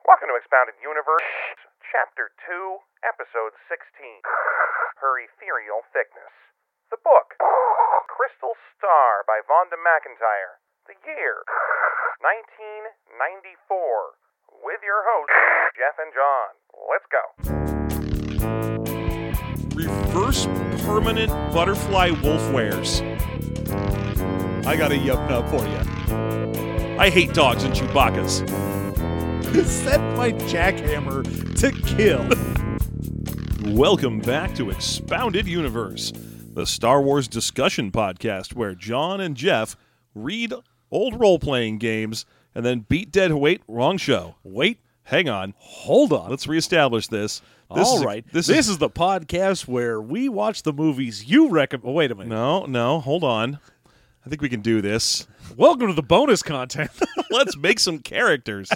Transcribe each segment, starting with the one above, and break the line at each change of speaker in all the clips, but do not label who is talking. Welcome to Expounded Universe, Chapter 2, Episode 16 Her Ethereal Thickness. The book Crystal Star by Vonda McIntyre. The year 1994. With your hosts, Jeff and John. Let's go.
reverse permanent butterfly wolf wares.
I got a yup nub for you.
I hate dogs and Chewbacca's.
Set my jackhammer to kill.
Welcome back to Expounded Universe, the Star Wars discussion podcast where John and Jeff read old role playing games and then beat dead. Wait, wrong show. Wait, hang on.
Hold on.
Let's reestablish this. this
All
is-
right.
This, is,
the podcast where we watch the movies you recommend. Oh, wait a minute.
no, no. Hold on. I think we can do this.
Welcome to the bonus content.
Let's make some characters.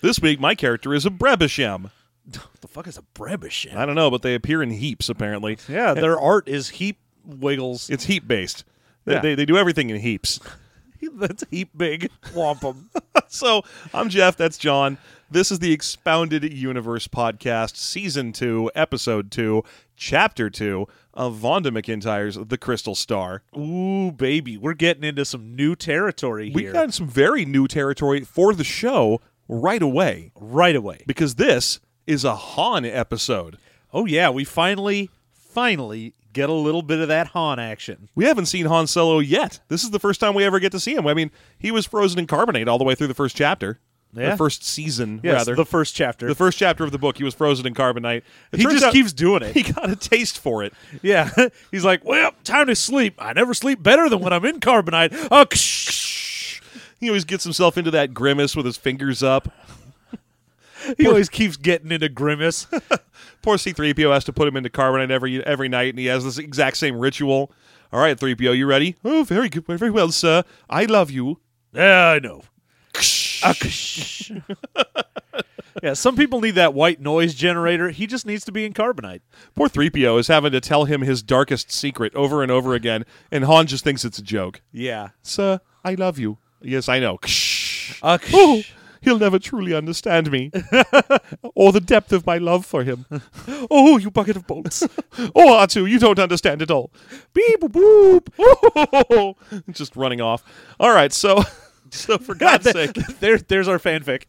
this week, my character is a Brebisham.
what the fuck is a Brebishin?
I don't know, but they appear in heaps apparently.
Yeah, their art is heap wiggles.
It's heap based. They,
Yeah.
they, they do everything in heaps.
That's heap big wampum.
so I'm Jeff. That's John. This is the Expounded Universe podcast, season two, episode two, chapter two of Vonda McIntyre's The Crystal Star.
Ooh, baby. We're getting into some new territory
We
here
got some very new territory for the show right away
right away.
because this is a Han episode.
Oh, yeah. We finally, finally get a little bit of that Han action.
We haven't seen Han Solo yet. This is the first time we ever get to see him. I mean, he was frozen in carbonate all the way through the first chapter,
Yeah.
the first season,
Yes,
rather.
the first chapter.
the first chapter of the book, he was frozen in carbonite. It
he
turns
just
out
keeps doing it.
he got a taste for it.
Yeah. He's like, well, time to sleep. I never sleep better than when I'm in carbonite. Uh, ksh.
He always gets himself into that grimace with his fingers up.
he always keeps getting into grimace.
Poor C3PO has to put him into carbonite every every night, and he has this exact same ritual. All right, 3PO, you ready? Oh, very good, very well, sir. I love you.
yeah, I know. Ah, ksh. yeah, some people need that white noise generator. He just needs to be in carbonite.
Poor 3PO is having to tell him his darkest secret over and over again, and Han just thinks it's a joke.
Yeah.
Sir, I love you. Yes, I know. Ksh.
Uh, ksh.
Oh, he'll never truly understand me or the depth of my love for him.
Oh, you bucket of bolts.
Oh, R2, you don't understand at all. Beep, boop, boop. Just running off. All right, so so for God's sake,
there, there's our fanfic.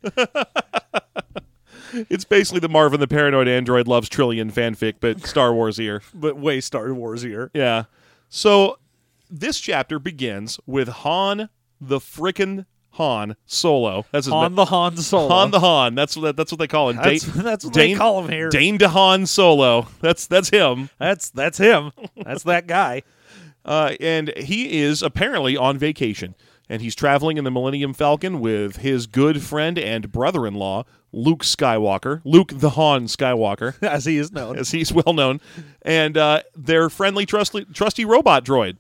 it's basically the Marvin the Paranoid Android Loves Trillion fanfic, but Star Wars here.
But way Star Warsier.
Yeah. So this chapter begins with Han the frickin' Han Solo. That's his
On
name.
the Han Solo.
Han the Han. That's what that's what they call him.
That's-
Dane-
that's what they
Dane-
call him here.
Dane DeHaan Solo. That's that's him.
that's that's him. That's that guy.
Uh, and he is apparently on vacation, and he's traveling in the Millennium Falcon with his good friend and brother-in-law Luke Skywalker, Luke the Han Skywalker,
As he is known.
as he's well known, and uh, their friendly, trusty, trusty robot droid,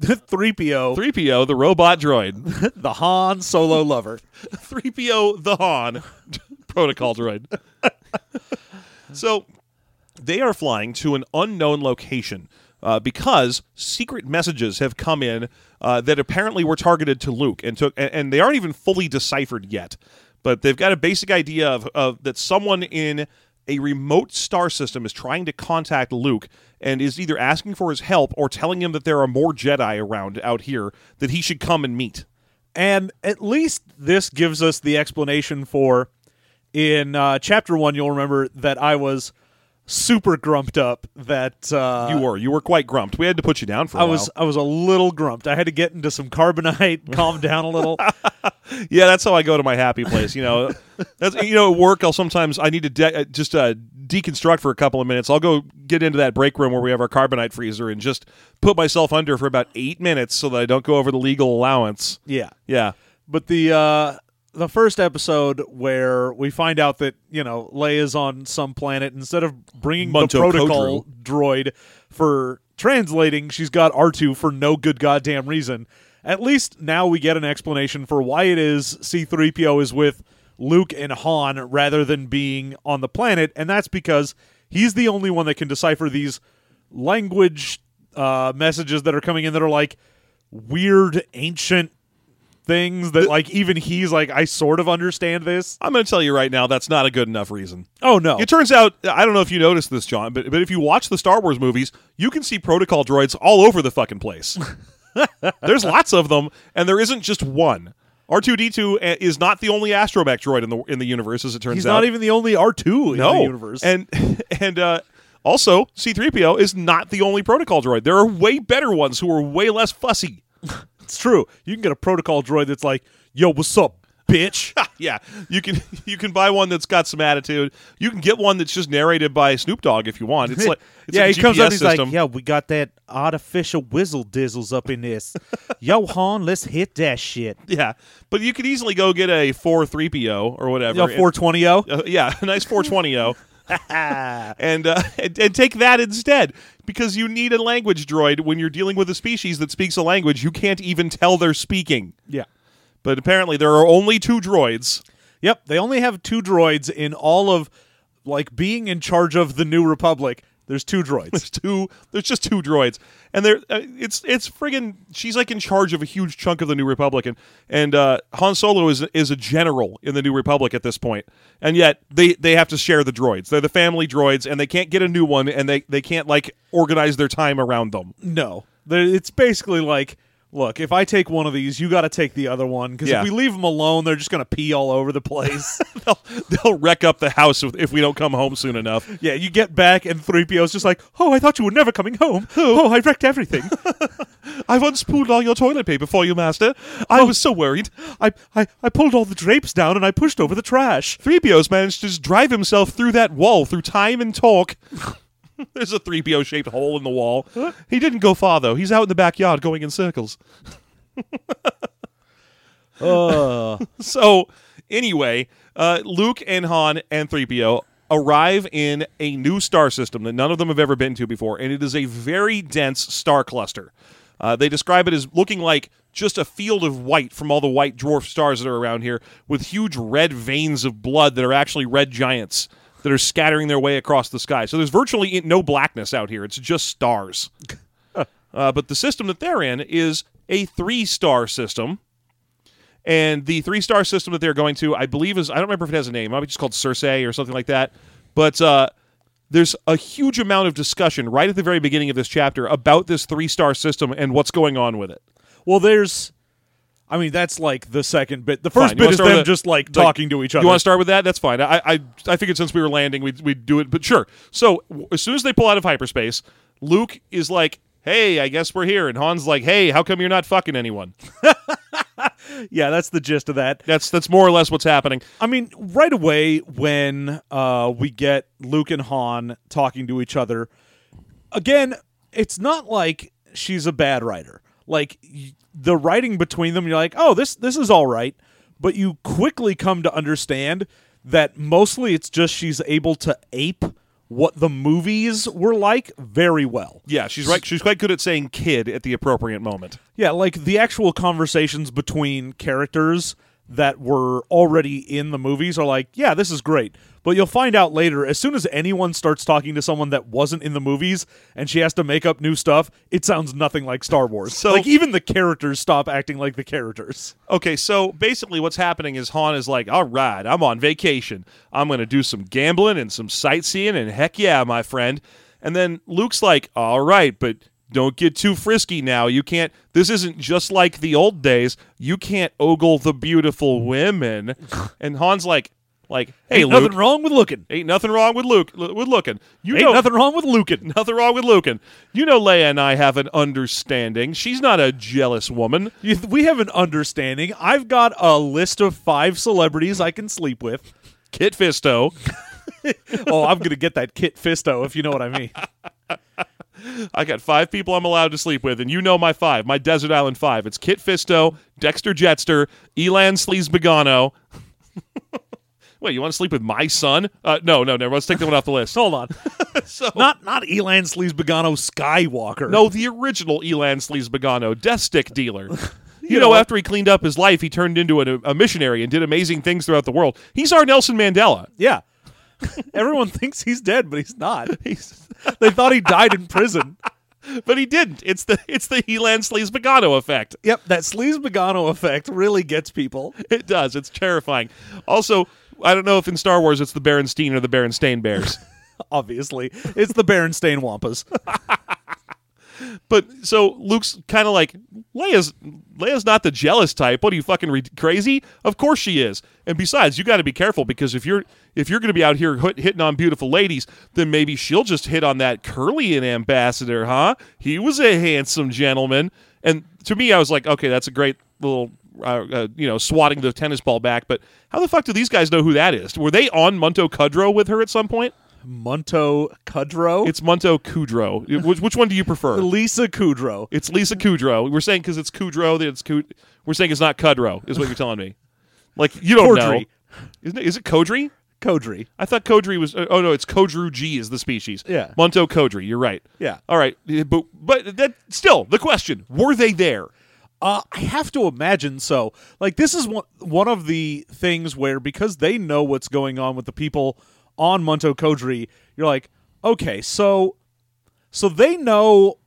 3PO,
three PO, the robot droid,
the Han Solo lover.
three PO, the Han protocol droid. so they are flying to an unknown location uh, because secret messages have come in uh, that apparently were targeted to Luke and took, and, and they aren't even fully deciphered yet. But they've got a basic idea of, of that someone in a remote star system is trying to contact Luke and is either asking for his help or telling him that there are more Jedi around out here that he should come and meet.
And at least this gives us the explanation for in uh, chapter one, you'll remember that I was super grumped up that uh,
You were you were quite grumped. We had to put you down for a
I
while.
was I was a little grumped. I had to get into some carbonite, calm down a little.
Yeah, that's how I go to my happy place. You know, that's you know at work. I'll sometimes I need to de- uh, just uh, deconstruct for a couple of minutes. I'll go get into that break room where we have our carbonite freezer and just put myself under for about eight minutes so that I don't go over the legal allowance.
yeah.
Yeah,
But the uh, the first episode where we find out that you know Leia's on some planet instead of bringing the
Munto
protocol droid for translating, she's got R two for no good goddamn reason. At least now we get an explanation for why it is C three PO is with Luke and Han rather than being on the planet, and that's because he's the only one that can decipher these language uh, messages that are coming in that are like weird ancient things that like even he's like I sort of understand this.
I'm going to tell you right now, that's not a good enough reason.
Oh no.
It turns out, I don't know if you noticed this, John, but, but if you watch the Star Wars movies, you can see protocol droids all over the fucking place. There's lots of them, and there isn't just one. R2D2 a- eh, is not the only astromech droid in the in the universe, as it turns
he's
out.
not even the only R2 in
no
the universe.
And and uh, also, C3PO is not the only protocol droid. There are way better ones who are way less fussy.
it's true. You can get a protocol droid that's like, "Yo, what's up, bitch?"
yeah, you can you can buy one that's got some attitude. You can get one that's just narrated by Snoop Dogg if you want. It's like it's
yeah,
like
he
a
comes up.
GPS
He's
system.
like, "Yeah, we got that artificial whizzle dizzles up in this. Yo, Han, let's hit that shit."
Yeah, but you could easily go get a four three PO or whatever.
Yo, oh? 420
Uh, yeah, a nice four twenty O, and, uh, and and take that instead because you need a language droid when you're dealing with a species that speaks a language you can't even tell they're speaking.
Yeah.
But apparently there are only two droids.
Yep, they only have two droids in all of like being in charge of the New Republic. There's two droids.
There's two. There's just two droids, and they're uh, it's it's friggin' she's like in charge of a huge chunk of the New Republic, and and uh, Han Solo is is a general in the New Republic at this point, and yet they they have to share the droids. They're the family droids, and they can't get a new one, and they they can't like organize their time around them.
no, They're- it's basically like, look, if I take one of these, you got to take the other one because
Yeah.
if we leave them alone, they're just gonna pee all over the place.
They'll they'll wreck up the house if, if we don't come home soon enough.
yeah, you get back and three PO's just like, oh, I thought you were never coming home. Oh, I wrecked everything.
I've unspooled all your toilet paper for you, Master. I was so worried.
I, I I pulled all the drapes down and I pushed over the trash.
3PO's managed to just drive himself through that wall through time and talk. There's a 3PO shaped hole in the wall. He didn't go far, though. He's out in the backyard going in circles.
Uh,
So, anyway, uh, Luke and Han and 3PO arrive in a new star system that none of them have ever been to before, and it is a very dense star cluster. Uh, they describe it as looking like just a field of white from all the white dwarf stars that are around here, with huge red veins of blood that are actually red giants that are scattering their way across the sky. So there's virtually no blackness out here; it's just stars. Uh, but the system that they're in is a three-star system. And the three star system that they're going to, I believe, is I don't remember if it has a name. It might be just called Cersei or something like that. But uh, there's a huge amount of discussion right at the very beginning of this chapter about this three star system and what's going on with it.
well, there's. I mean, that's like the second bit. The first
Fine, you wanna
bit is
start
them
with the-
just like talking to each other.
You want to start with that? That's fine. I, I I figured since we were landing, we'd, we'd do it. But sure. So w- as soon as they pull out of hyperspace, Luke is like, "Hey, I guess we're here," and Han's like, "Hey, how come you're not fucking anyone?"
Yeah, that's the gist of that.
That's that's more or less what's happening.
I mean, right away when uh, we get Luke and Han talking to each other, again, it's not like she's a bad writer. Like y- the writing between them, you're like, oh, this this is all right, but you quickly come to understand that mostly it's just she's able to ape what the movies were like very well.
Yeah, she's right. She's quite good at saying "kid" at the appropriate moment.
Yeah, like the actual conversations between characters that were already in the movies are like, yeah, this is great. But you'll find out later, as soon as anyone starts talking to someone that wasn't in the movies and she has to make up new stuff, it sounds nothing like Star Wars.
So-
like even the characters stop acting like the characters.
Okay, so basically what's happening is Han is like, all right, I'm on vacation. I'm going to do some gambling and some sightseeing, and heck yeah, my friend. And then Luke's like, all right, but don't get too frisky now. You can't, this isn't just like the old days. You can't ogle the beautiful women. and Han's like, like, hey, Luke,
nothing wrong with looking.
ain't nothing wrong with Luke, with looking. You
Ain't
know,
nothing wrong with looking.
nothing wrong with Luke. You know, Leia and I have an understanding. She's not a jealous woman.
You- We have an understanding. I've got a list of five celebrities I can sleep with.
Kit Fisto.
Oh, I'm going to get that Kit Fisto, if you know what I mean.
I got five people I'm allowed to sleep with, and you know my five, my Desert Island five. It's Kit Fisto, Dexter Jetster, Elan Sleazebagano. Wait, you want to sleep with my son? Uh, no, no, never. Let's take that one off the list.
Hold on. not not Elan Sleazebagano Skywalker.
No, the original Elan Sleazebagano, death stick dealer. You,
You
know,
know what?
after he cleaned up his life, he turned into an, a missionary and did amazing things throughout the world. He's our Nelson Mandela.
Yeah. Everyone thinks he's dead, but he's not. He's, they thought he died in prison.
but he didn't. It's the it's the Elan Sleaze Pagano effect.
Yep, that sleaze Pagano effect really gets people.
It does. It's terrifying. Also, I don't know if in Star Wars it's the Berenstain or the Berenstain Bears.
Obviously, it's the Berenstain Wampas.
But so Luke's kind of like Leia's. Leia's not the jealous type. What are you fucking re- crazy? Of course she is. And besides, you got to be careful because if you're if you're going to be out here hit, hitting on beautiful ladies, then maybe she'll just hit on that Curlian ambassador, huh? He was a handsome gentleman. And to me, I was like, okay, that's a great little. Uh, uh, you know, swatting the tennis ball back, but how the fuck do these guys know who that is? Were they on Munto Cudrow with her at some point?
Munto Kudrow,
It's Munto Cudrow. Which, which one do you prefer?
Lisa Kudrow.
It's Lisa
Mm-hmm.
Kudrow. We're saying because it's Kudrow that it's Kud- We're saying it's not Kudrow. Is what you're telling me? Like you don't
Kodri.
know? Isn't it, is it Kodri?
Kodri.
I thought Kodri was. Oh no, it's Kodru G is the species.
Yeah.
Monto Kodri. You're right.
Yeah.
All right, eh, but but that still the question: Were they there?
Uh, I have to imagine so. Like this is one one of the things where because they know what's going on with the people on Monto Kodri, you're like, okay, so so they know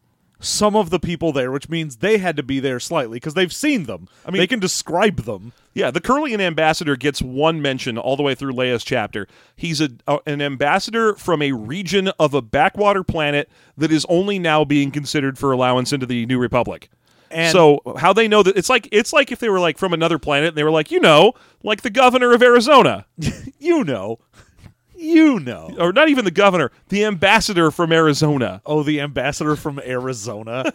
some of the people there, which means they had to be there slightly because they've seen them. I mean, they can describe them.
Yeah, the Curlian ambassador gets one mention all the way through Leia's chapter. He's a, a- an ambassador from a region of a backwater planet that is only now being considered for allowance into the New Republic.
And-
so how they know that it's like it's like if they were like from another planet and they were like you know like the governor of Arizona
You know, you know.
or not even the governor the ambassador from Arizona
Oh, the ambassador from Arizona.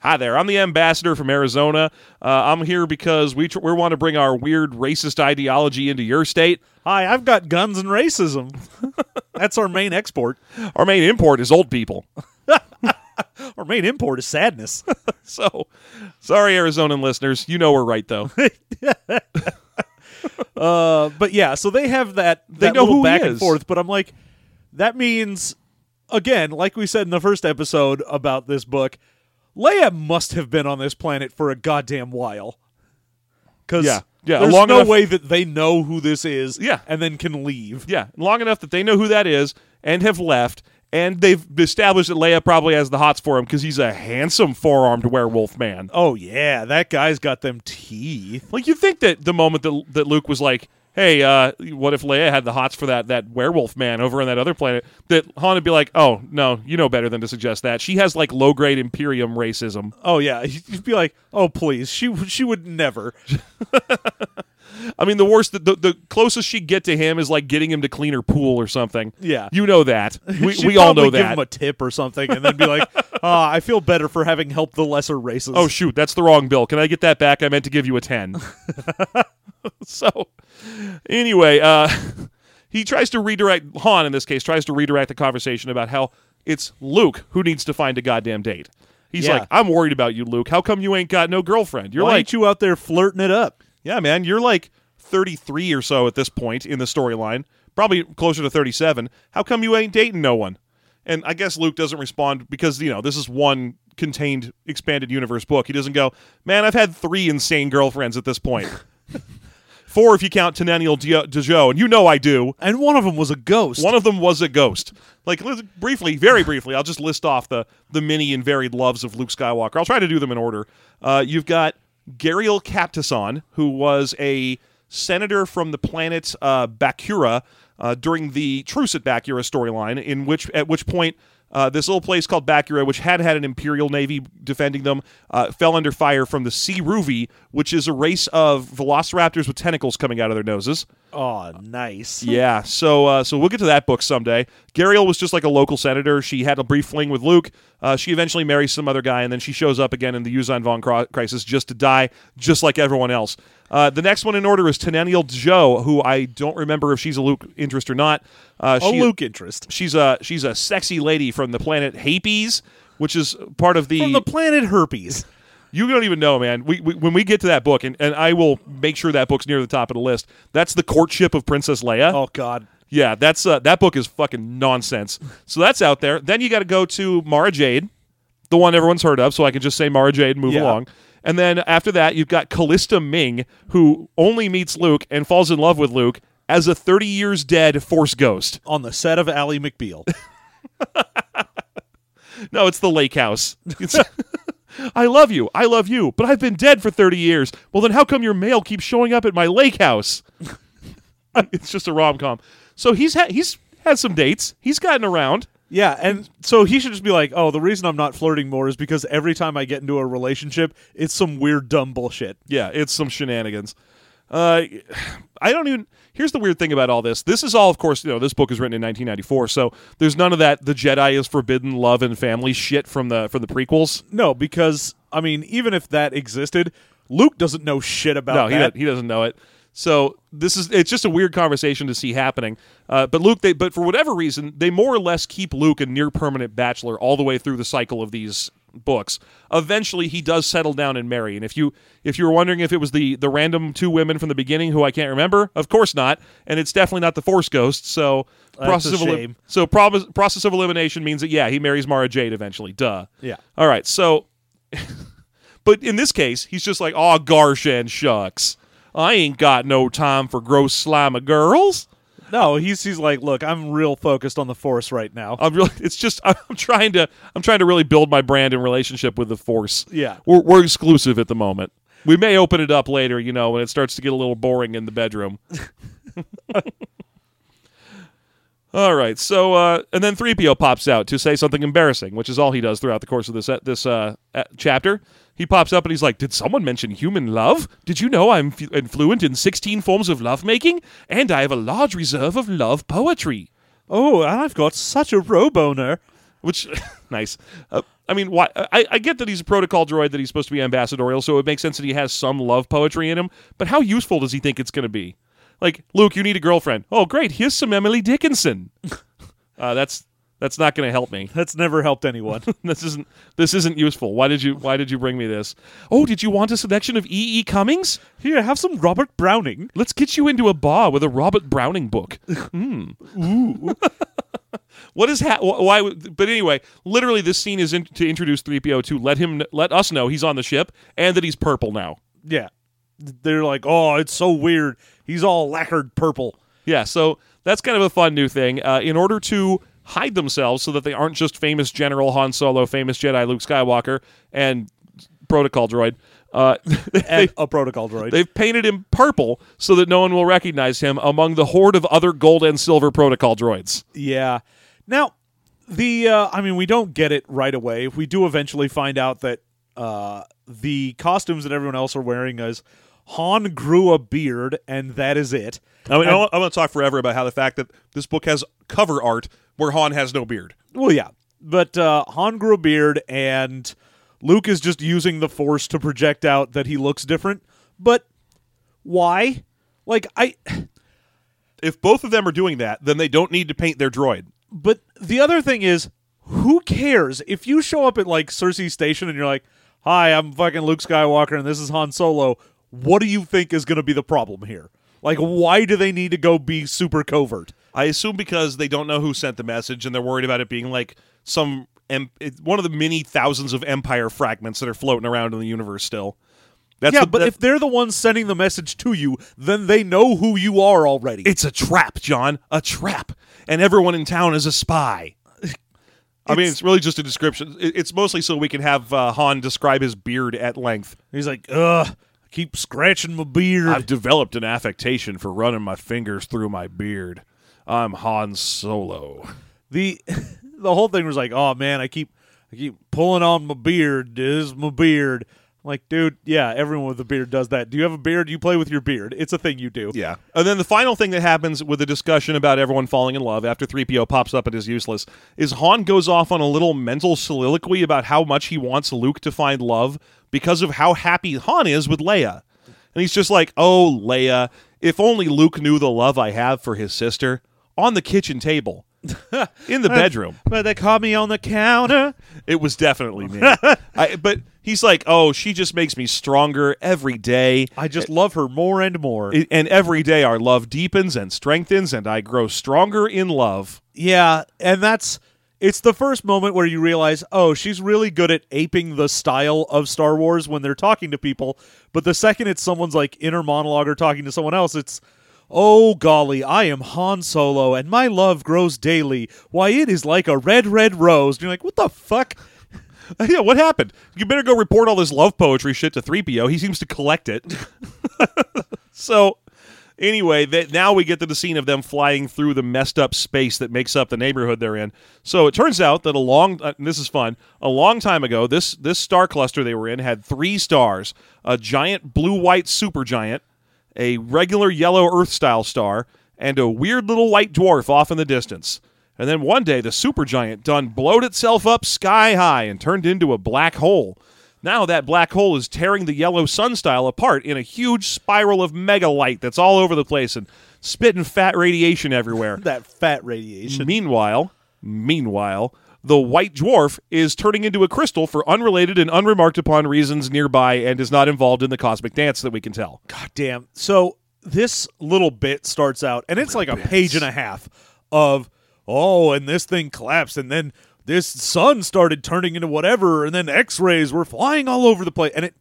Hi there. I'm the ambassador from Arizona. Uh, I'm here because we tr- we want to bring our weird racist ideology into your state.
Hi, I've got guns and racism. That's our main export.
Our main import is old people.
Our main import is sadness.
So, sorry, Arizonan listeners. You know we're right though.
Uh, but yeah, so they have that. They
know who he
back and
is.
forth. But I'm like, that means again, like we said in the first episode about this book, Leia must have been on this planet for a goddamn while. Because
Yeah. Yeah,
there's
long
no
enough-
way that they know who this is.
Yeah.
and then can leave.
yeah, long enough that they know who that is and have left. And they've established that Leia probably has the hots for him because he's a handsome four-armed werewolf man.
Oh yeah, that guy's got them teeth.
Like you think that the moment that that Luke was like, "Hey, uh, what if Leia had the hots for that that werewolf man over on that other planet?" That Han would be like, "Oh no, you know better than to suggest that. She has like low grade Imperium racism."
Oh yeah, you'd be like, oh please, she w- she would never.
I mean, the worst, the, the, the closest she'd get to him is like getting him to clean her pool or something.
Yeah.
you know that. We,
She'd
we all
probably
know
give
that.
him a tip or something, and then be like, ah, I feel better for having helped the lesser races.
oh shoot, that's the wrong bill. Can I get that back? I meant to give you a ten. so anyway, uh, he tries to redirect Han in this case tries to redirect the conversation about how it's Luke who needs to find a goddamn date. He's
Yeah.
like, I'm worried about you, Luke. How come you ain't got no girlfriend? You're
Why
like,
ain't you out there flirting it up?
yeah, man, you're like 33 or so at this point in the storyline, probably closer to 37. How come you ain't dating no one? And I guess Luke doesn't respond because, you know, this is one contained expanded universe book. He doesn't go, man, I've had three insane girlfriends at this point. Four if you count Tenennial Dio- Dejo, and you know I do.
And one of them was a ghost.
One of them was a ghost. Like li- briefly, very briefly, I'll just list off the the many and varied loves of Luke Skywalker. I'll try to do them in order. Uh, you've got Gariel Captason, who was a senator from the planet uh, Bakura uh, during the Truce at Bakura storyline, in which at which point. Uh, this little place called Bakura, which had had an Imperial Navy defending them, uh, fell under fire from the Sea Ruvi, which is a race of velociraptors with tentacles coming out of their noses.
oh, nice.
Yeah, so uh, so we'll get to that book someday. Gariel was just like a local senator. She had a brief fling with Luke. Uh, she eventually marries some other guy, and then she shows up again in the Yuuzhan Vong cro- crisis just to die, just like everyone else. Uh, the next one in order is Tenennial Joe, who I don't remember if she's a Luke interest or not. Uh,
A
she-
Oh, Luke interest.
She's a she's a sexy lady from the planet Hapes, which is part of the
From the planet herpes.
you don't even know, man. We, we when we get to that book, and, and I will make sure that book's near the top of the list. That's the courtship of Princess Leia.
Oh, God.
Yeah, that's uh, that book is fucking nonsense. So that's out there. Then you got to go to Mara Jade, the one everyone's heard of. So I can just say Mara Jade and move
Yeah.
along. And then after that, you've got Callista Ming, who only meets Luke and falls in love with Luke as a 30 years dead Force ghost.
On the set of Ally McBeal.
No, it's the lake house. It's- I love you. I love you. But I've been dead for 30 years. Well, then how come your mail keeps showing up at my lake house? it's just a rom com. So he's ha- he's had some dates. He's gotten around.
Yeah, and so he should just be like, "Oh, the reason I'm not flirting more is because every time I get into a relationship, it's some weird dumb bullshit."
Yeah, it's some shenanigans. Uh, I don't even. Here's the weird thing about all this. This is all, of course, you know, this book is written in 1994, so there's none of that. The Jedi is forbidden, love and family shit from the from the prequels.
No, because I mean, even if that existed, Luke doesn't know shit
No,
about
he,
that.
doesn't- he doesn't know it. So this is it's just a weird conversation to see happening. Uh, but Luke, they but for whatever reason, they more or less keep Luke a near permanent bachelor all the way through the cycle of these books. Eventually, he does settle down and marry. And if you if you were wondering if it was the the random two women from the beginning who I can't remember, of course not. And it's definitely not the Force Ghost. So
That's a shame.
so prob- process of elimination means that yeah, he marries Mara Jade eventually. Duh.
Yeah.
All right. So but in this case, he's just like, "Aw, garsh and shucks. I ain't got no time for gross slime of girls.
no, he's he's like, "Look, I'm real focused on the Force right now."
I'm really, it's just I'm trying to I'm trying to really build my brand and relationship with the force.
Yeah.
We're we're exclusive at the moment. We may open it up later, you know, when it starts to get a little boring in the bedroom. all right. So uh and then 3PO pops out to say something embarrassing, which is all he does throughout the course of this this uh uh, chapter. He pops up and he's like, "Did someone mention human love? Did you know I'm f- fluent in 16 forms of lovemaking and I have a large reserve of love poetry?"
oh, and I've got such a roboner.
which nice. Uh, I mean, why? I, I get that he's a protocol droid that he's supposed to be ambassadorial, so it makes sense that he has some love poetry in him. But how useful does he think it's going to be? Like Luke, you need a girlfriend. Oh, great! Here's some Emily Dickinson. uh, that's that's not going to help me.
That's never helped anyone.
this isn't this isn't useful. Why did you Why did you bring me this? Oh, did you want a selection of E. E. Cummings?
Here, have some Robert Browning.
Let's get you into a bar with a Robert Browning book. Hmm. Ooh. what is ha- wh- why? would- But anyway, literally, this scene is in- to introduce three PO to let him let us know he's on the ship and that he's purple now.
Yeah. They're like, "Oh, it's so weird. He's all lacquered purple."
Yeah, so that's kind of a fun new thing. Uh, in order to hide themselves so that they aren't just famous General Han Solo, famous Jedi Luke Skywalker, and protocol droid. Uh,
And a protocol droid.
They've painted him purple so that no one will recognize him among the horde of other gold and silver protocol droids.
Yeah. Now, the uh, I mean, we don't get it right away. We do eventually find out that uh, the costumes that everyone else are wearing is Han grew a beard, and that is it.
I mean, I'm going to talk forever about how the fact that this book has cover art where Han has no beard.
Well, yeah, but uh, Han grew a beard, and Luke is just using the Force to project out that he looks different. But why? Like I.
If both of them are doing that, then they don't need to paint their droid.
But the other thing is, who cares if you show up at like Cersei Station and you're like, "Hi, I'm fucking Luke Skywalker and this is Han Solo." What do you think is going to be the problem here? Like, why do they need to go be super covert?
I assume because they don't know who sent the message and they're worried about it being like some em- it's one of the many thousands of empire fragments that are floating around in the universe still. That's
Yeah,
the-
but
that-
if they're the ones sending the message to you, then they know who you are already.
it's a trap, John, a trap, and everyone in town is a spy.
I mean, it's really just a description. It- It's mostly so we can have uh, Han describe his beard at length.
He's like, "Ugh, I keep scratching my beard."
I've developed an affectation for running my fingers through my beard. I'm Han Solo.
the the whole thing was like, oh man, I keep I keep pulling on my beard. This is my beard. I'm like, dude, yeah, everyone with a beard does that. Do you have a beard? You play with your beard. It's a thing you do.
Yeah. And then the final thing that happens with the discussion about everyone falling in love after 3PO pops up and is useless is Han goes off on a little mental soliloquy about how much he wants Luke to find love because of how happy Han is with Leia. And he's just like, oh, Leia, if only Luke knew the love I have for his sister on the kitchen table, in the bedroom.
But they caught me on the counter.
It was definitely me. I, but he's like, oh, she just makes me stronger every day.
I just love her more and more.
I- and every day our love deepens and strengthens and i grow stronger in love
yeah, and that's it's the first moment where you realize, oh, she's really good at aping the style of Star Wars when they're talking to people. But the second it's someone's like inner monologue or talking to someone else, it's Oh, golly, I am Han Solo, and my love grows daily. Why, it is like a red, red rose. And you're like, what the fuck?
yeah, what happened? You better go report all this love poetry shit to 3PO. He seems to collect it. so, anyway, that now we get to the scene of them flying through the messed up space that makes up the neighborhood they're in. So, it turns out that a long uh, and this is fun. A long time ago, this this star cluster they were in had three stars, a giant blue-white supergiant, a regular yellow Earth-style star, and a weird little white dwarf off in the distance. And then one day, the supergiant done blowed itself up sky high and turned into a black hole. Now that black hole is tearing the yellow sun style apart in a huge spiral of mega light that's all over the place and spitting fat radiation everywhere.
That fat radiation.
meanwhile, meanwhile, the white dwarf is turning into a crystal for unrelated and unremarked upon reasons nearby and is not involved in the cosmic dance that we can tell.
God damn. So this little bit starts out, and it's like a page and a half of, oh, and this thing collapsed, and then this sun started turning into whatever, and then x rays were flying all over the place. And it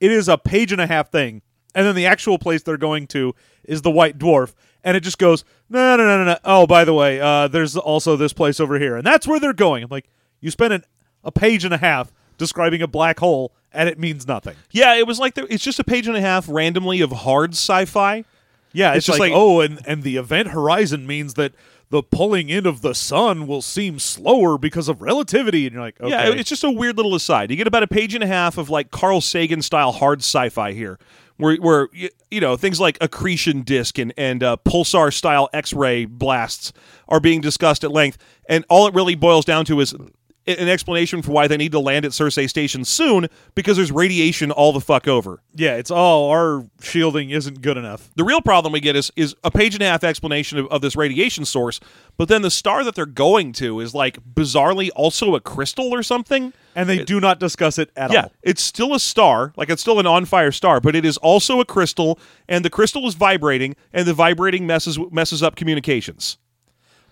it is a page and a half thing. And then the actual place they're going to is the white dwarf. And it just goes, no, no, no, no, no. Oh, by the way, uh, there's also this place over here. And that's where they're going. I'm like, you spent an, a page and a half describing a black hole, and it means nothing.
Yeah, it was like there, it's just a page and a half randomly of hard sci-fi.
Yeah, it's,
just
just like,
like-
oh, and and the event horizon means that the pulling in of the sun will seem slower because of relativity, and you're like, okay,
Yeah, it's just a weird little aside. You get about a page and a half of like Carl Sagan style hard sci-fi here, where where y- you know things like accretion disk and and uh, pulsar style X-ray blasts are being discussed at length, and all it really boils down to is i- an explanation for why they need to land at Cersei Station soon because there's radiation all the fuck over.
yeah, it's oh, our shielding isn't good enough.
The real problem we get is is a page and a half explanation of, of this radiation source, but then the star that they're going to is like bizarrely also a crystal or something.
And they do not discuss it at
Yeah,
all.
it's still a star, like it's still an on fire star, but it is also a crystal, and the crystal is vibrating, and the vibrating messes messes up communications.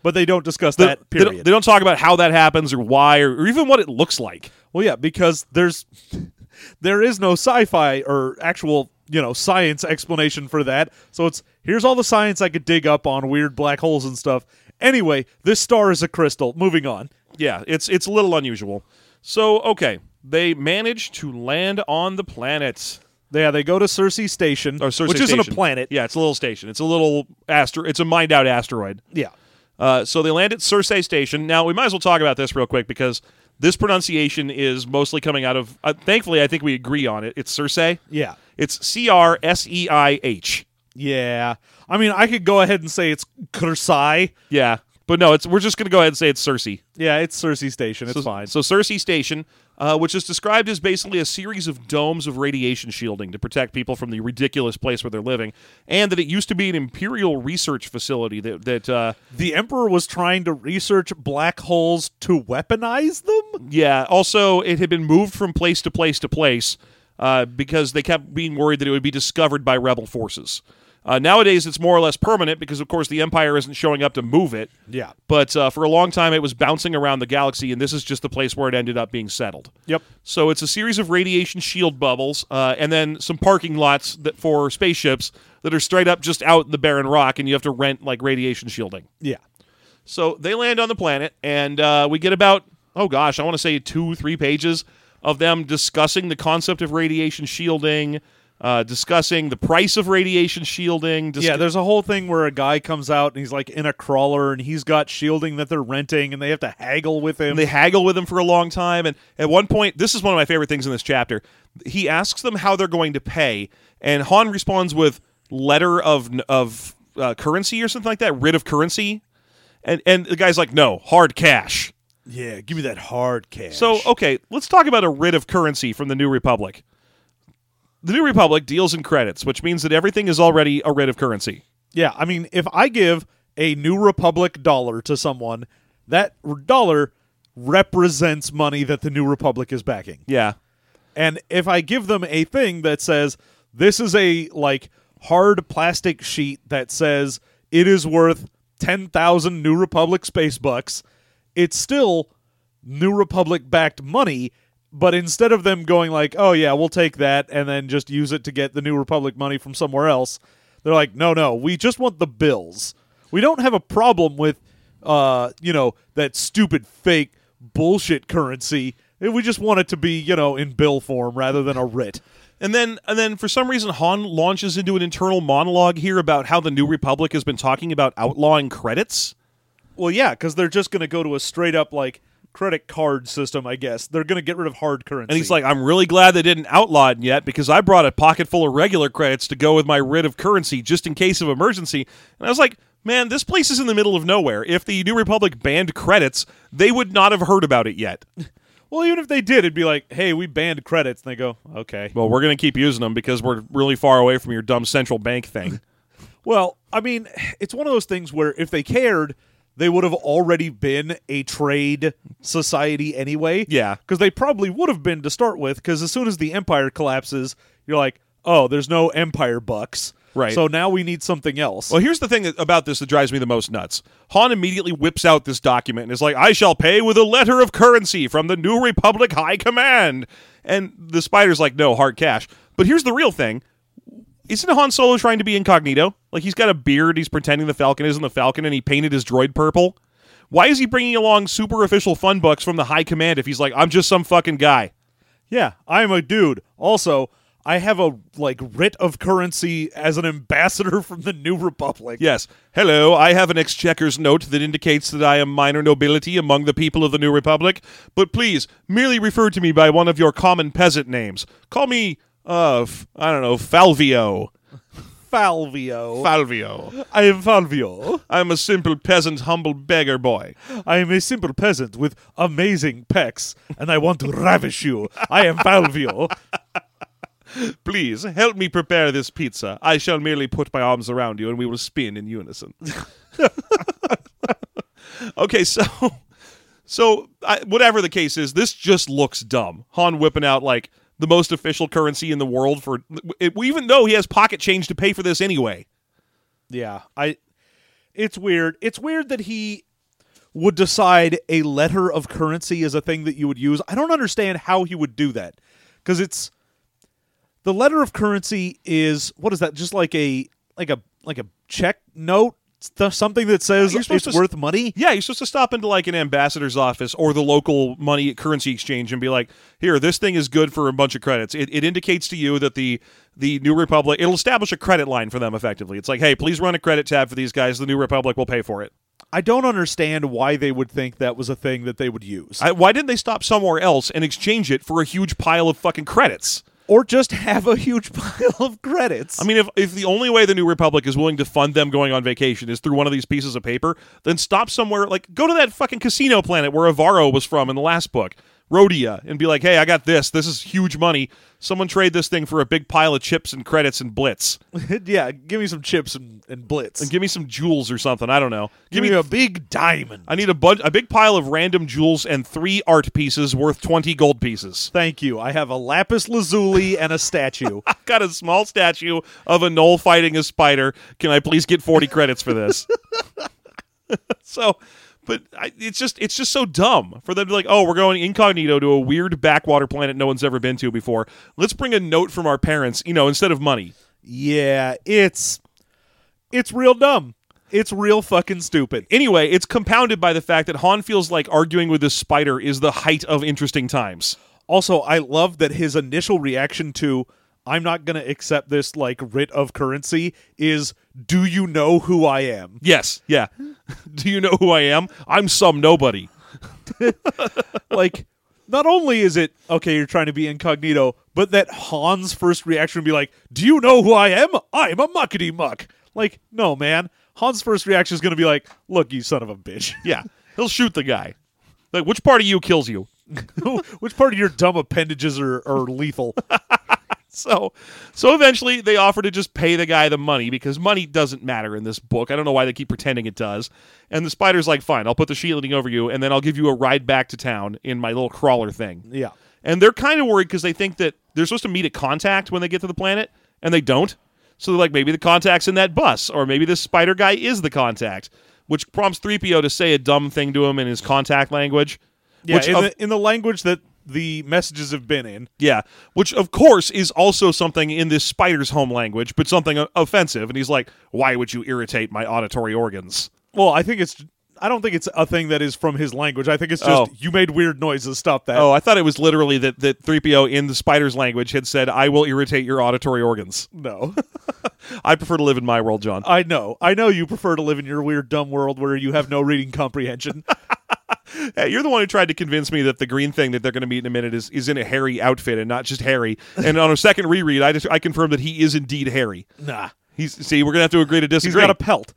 But they don't discuss
They-
that
they don't-
period.
They don't talk about how that happens or why or, or even what it looks like.
well, yeah, because there's there is no sci-fi or actual you know science explanation for that. So it's here's all the science I could dig up on weird black holes and stuff. Anyway, this star is a crystal. Moving on.
Yeah, it's it's a little unusual. So okay, they manage to land on the planet.
Yeah, they go to Cersei Station,
Or Cersei
which isn't a
Station.
planet.
Yeah, it's a little station. It's a little astro. It's a mined out asteroid.
Yeah.
Uh, so they land at Cersei Station. Now we might as well talk about this real quick because this pronunciation is mostly coming out of. Uh, thankfully, I think we agree on it. It's Cersei.
Yeah.
It's C R S E I H.
Yeah. I mean, I could go ahead and say it's Kursai.
Yeah, but no, it's we're just gonna go ahead and say it's Cersei.
Yeah, it's Cersei Station. It's fine.
So Cersei Station, uh, which is described as basically a series of domes of radiation shielding to protect people from the ridiculous place where they're living, and that it used to be an imperial research facility that that uh,
The Emperor was trying to research black holes to weaponize them?
Yeah. Also, it had been moved from place to place to place uh, because they kept being worried that it would be discovered by rebel forces. Uh, nowadays, it's more or less permanent because, of course, the Empire isn't showing up to move it.
Yeah.
But uh, for a long time, it was bouncing around the galaxy, and this is just the place where it ended up being settled.
Yep.
So it's a series of radiation shield bubbles, uh, and then some parking lots that for spaceships that are straight up just out in the barren rock, and you have to rent like radiation shielding.
Yeah.
So they land on the planet, and uh, we get about oh gosh, I want to say two, three pages of them discussing the concept of radiation shielding, uh, discussing the price of radiation shielding. Dis-
Yeah, there's a whole thing where a guy comes out and he's like in a crawler and he's got shielding that they're renting and they have to haggle with him.
and they haggle with him for a long time. And at one point, this is one of my favorite things in this chapter. He asks them how they're going to pay, and Han responds with letter of of uh, currency or something like that, writ of currency. And and the guy's like, no, hard cash.
yeah, give me that hard cash.
So, okay, let's talk about a writ of currency from the New Republic. The New Republic deals in credits, which means that everything is already a writ of currency.
Yeah, I mean, if I give a New Republic dollar to someone, that r- dollar represents money that the New Republic is backing.
Yeah.
And if I give them a thing that says this is a like hard plastic sheet that says it is worth 10,000 New Republic space bucks, it's still New Republic backed money, but instead of them going like, "Oh yeah, we'll take that and then just use it to get the New Republic money from somewhere else," They're like, no, no, we just want the bills. We don't have a problem with, uh, you know, that stupid fake bullshit currency. We just want it to be, you know, in bill form rather than a writ.
And then, and then for some reason, Han launches into an internal monologue here about how the New Republic has been talking about outlawing credits.
Well, yeah, because they're just going to go to a straight up like credit card system, I guess. They're going to get rid of hard currency.
And he's like, I'm really glad they didn't outlaw it yet because I brought a pocket full of regular credits to go with my writ of currency just in case of emergency. And I was like, man, this place is in the middle of nowhere. If the New Republic banned credits, they would not have heard about it yet.
well, even if they did, it'd be like, hey, we banned credits. And they go, okay.
Well, we're going to keep using them because we're really far away from your dumb central bank thing.
Well, I mean, it's one of those things where if they cared, they would have already been a trade society anyway.
Yeah.
Because they probably would have been to start with, because as soon as the empire collapses, you're like, oh, there's no empire bucks.
Right.
So now we need something else.
Well, here's the thing that- about this that drives me the most nuts. Han immediately whips out this document and is like, I shall pay with a letter of currency from the New Republic High Command. And the spider's like, no, hard cash. But here's the real thing. Isn't Han Solo trying to be incognito? Like, he's got a beard, he's pretending the Falcon isn't the Falcon, and he painted his droid purple. Why is he bringing along super official fun bucks from the High Command if he's like, I'm just some fucking guy?
yeah, I'm a dude. Also, I have a like writ of currency as an ambassador from the New Republic.
Yes. Hello, I have an exchequer's note that indicates that I am minor nobility among the people of the New Republic, but please merely refer to me by one of your common peasant names. Call me, uh, f- I don't know, Falvio.
Falvio.
Falvio.
I am Falvio.
I am a simple peasant, humble beggar boy.
I am a simple peasant with amazing pecs, and I want to ravish you. I am Falvio.
Please help me prepare this pizza. I shall merely put my arms around you and we will spin in unison. okay, so so I, whatever the case is, this just looks dumb. Han whipping out like the most official currency in the world for it, even though he has pocket change to pay for this anyway.
Yeah, I. It's weird. It's weird that he would decide a letter of currency is a thing that you would use. I don't understand how he would do that because it's the letter of currency is what is that? Just like a like a like a check note, Th- something that says
You're
it's
supposed to s-
worth money.
Yeah, you're supposed to stop into like an ambassador's office or the local money currency exchange and be like, "Here, this thing is good for a bunch of credits. It, it indicates to you that the the New Republic it'll establish a credit line for them effectively. It's like, hey, please run a credit tab for these guys. The New Republic will pay for it.
I don't understand why they would think that was a thing that they would use,
I, why didn't they stop somewhere else and exchange it for a huge pile of fucking credits?
or just have a huge pile of credits.
I mean, if, if the only way the New Republic is willing to fund them going on vacation is through one of these pieces of paper, then stop somewhere like go to that fucking casino planet where Avaro was from in the last book, Rhodia, and be like, hey, I got this. This is huge money. Someone trade this thing for a big pile of chips and credits and blitz,
yeah, give me some chips and, and blitz.
and give me some jewels or something. I don't know. Give me.
a big diamond.
I need a bud- a big pile of random jewels and three art pieces worth twenty gold pieces.
Thank you. I have a lapis lazuli and a statue.
Got a small statue of a knoll fighting a spider. Can I please get 40 credits for this? so, but I, it's just it's just so dumb for them to be like, oh, we're going incognito to a weird backwater planet no one's ever been to before. Let's bring a note from our parents, you know, instead of money.
yeah, it's it's real dumb. It's real fucking stupid.
Anyway, it's compounded by the fact that Han feels like arguing with this spider is the height of interesting times.
Also, I love that his initial reaction to I'm not going to accept this like writ of currency is do you know who I am?
Yes, yeah. Do you know who I am? I'm some nobody.
like not only is it okay you're trying to be incognito, but that Han's first reaction would be like, "Do you know who I am? I'm a muckety muck." Like, no, man. Han's first reaction is going to be like, "Look, you son of a bitch."
Yeah, he'll shoot the guy. Like, which part of you kills you?
Which part of your dumb appendages are, are lethal?
So, so eventually they offer to just pay the guy the money because money doesn't matter in this book. I don't know why they keep pretending it does. And the spider's like, "Fine, I'll put the shielding over you, and then I'll give you a ride back to town in my little crawler thing."
yeah.
And they're kind of worried because they think that they're supposed to meet a contact when they get to the planet, and they don't. So they're like, maybe the contact's in that bus, or maybe this spider guy is the contact, which prompts 3PO to say a dumb thing to him in his contact language.
Yeah,
which
in,
of-
the, in the language that the messages have been in.
Yeah, which of course is also something in this spider's home language, but something o- offensive. And he's like, "Why would you irritate my auditory organs?"
Well, I think it's. I don't think it's a thing that is from his language. I think it's
Oh.
just you made weird noises. Stop that.
Oh, I thought it was literally that that 3PO in the spider's language had said, "I will irritate your auditory organs."
No,
I prefer to live in my world, John.
I know. I know you prefer to live in your weird dumb world where you have no reading comprehension.
Hey, you're the one who tried to convince me that the green thing that they're going to meet in a minute is, is in a Harry outfit and not just Harry. And on a second reread, I just I confirmed that he is indeed Harry.
nah,
He's see, we're going to have to agree to
he's
disagree.
got a pelt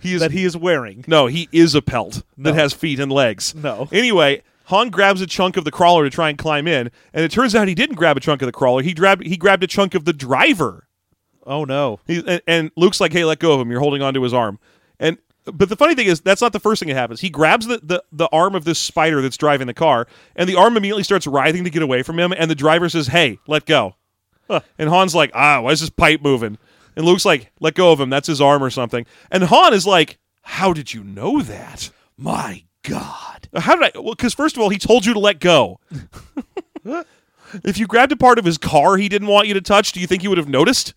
he is
that he is wearing.
No, he is a pelt that has feet and legs.
No.
Anyway, Han grabs a chunk of the crawler to try and climb in, and it turns out he didn't grab a chunk of the crawler. He grabbed he grabbed a chunk of the driver.
Oh no.
He, and, and Luke's like, "Hey, let go of him. You're holding onto his arm." And but the funny thing is, that's not the first thing that happens. He grabs the, the, the arm of this spider that's driving the car, and the arm immediately starts writhing to get away from him. And the driver says, "Hey, let go." And Han's like, "Ah, why is this pipe moving?" And Luke's like, "Let go of him. That's his arm or something." And Han is like, "How did you know that?"
My God.
How did I? Well, because first of all, he told you to let go. if you grabbed a part of his car he didn't want you to touch, do you think he would have noticed?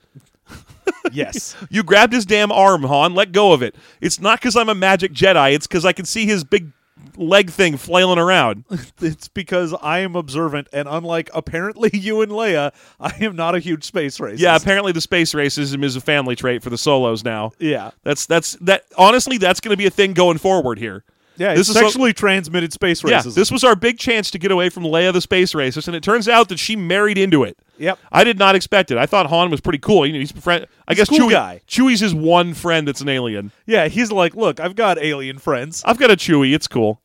Yes.
You grabbed his damn arm, Han. Let go of it. It's not because I'm a magic Jedi. It's because I can see his big leg thing flailing around.
it's because I am observant, and unlike apparently you and Leia, I am not a huge space race.
yeah, apparently the space racism is a family trait for the solos now.
yeah,
That's that's that. Honestly, that's going to be a thing going forward here.
yeah.
This
This
is
is
so-
sexually transmitted space racism.
Yeah, this was our big chance to get away from Leia the space racist, and it turns out that she married into it.
Yep.
I did not expect it. I thought Han was pretty cool. You know, he's friend. I guess
a cool
Chewie.
guy.
Chewie's his one friend that's an alien.
yeah. He's like, look, I've got alien friends.
I've got a Chewie. It's cool.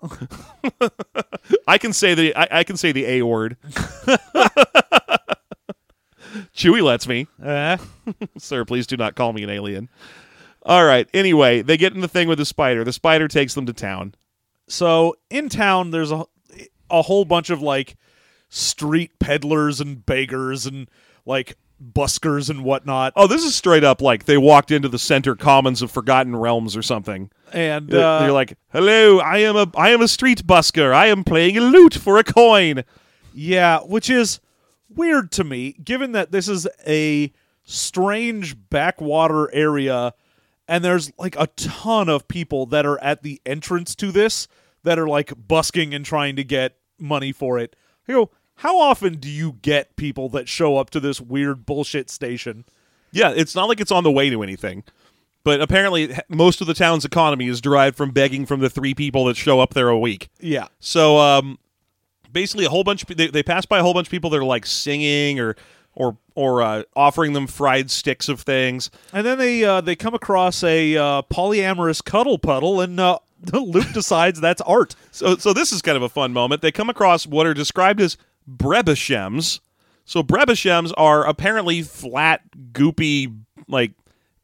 I can say the I, I can say the a word. Chewie lets me,
Eh.
sir. Please do not call me an alien. All right. Anyway, they get in the thing with the spider. The spider takes them to town.
so in town, there's a a whole bunch of like street peddlers and beggars and like buskers and whatnot,
Oh, this is straight up like they walked into the center commons of Forgotten Realms or something.
and
They're,
uh,
they're like, "Hello, I am a I am a street busker. I am playing a lute for a coin."
Yeah, which is weird to me, given that this is a strange backwater area and there's like a ton of people that are at the entrance to this that are like busking and trying to get money for it. I go, how often do you get people that show up to this weird bullshit station?
Yeah, it's not like it's on the way to anything. But apparently, h- most of the town's economy is derived from begging from the three people that show up there a week.
Yeah.
So, um, basically, a whole bunch of, pe- they, they pass by a whole bunch of people that are like singing or or or uh, offering them fried sticks of things.
And then they uh, they come across a uh, polyamorous cuddle puddle and uh, Luke decides that's art.
So, so this is kind of a fun moment. They come across what are described as brebechems. So brebechems are apparently flat, goopy, like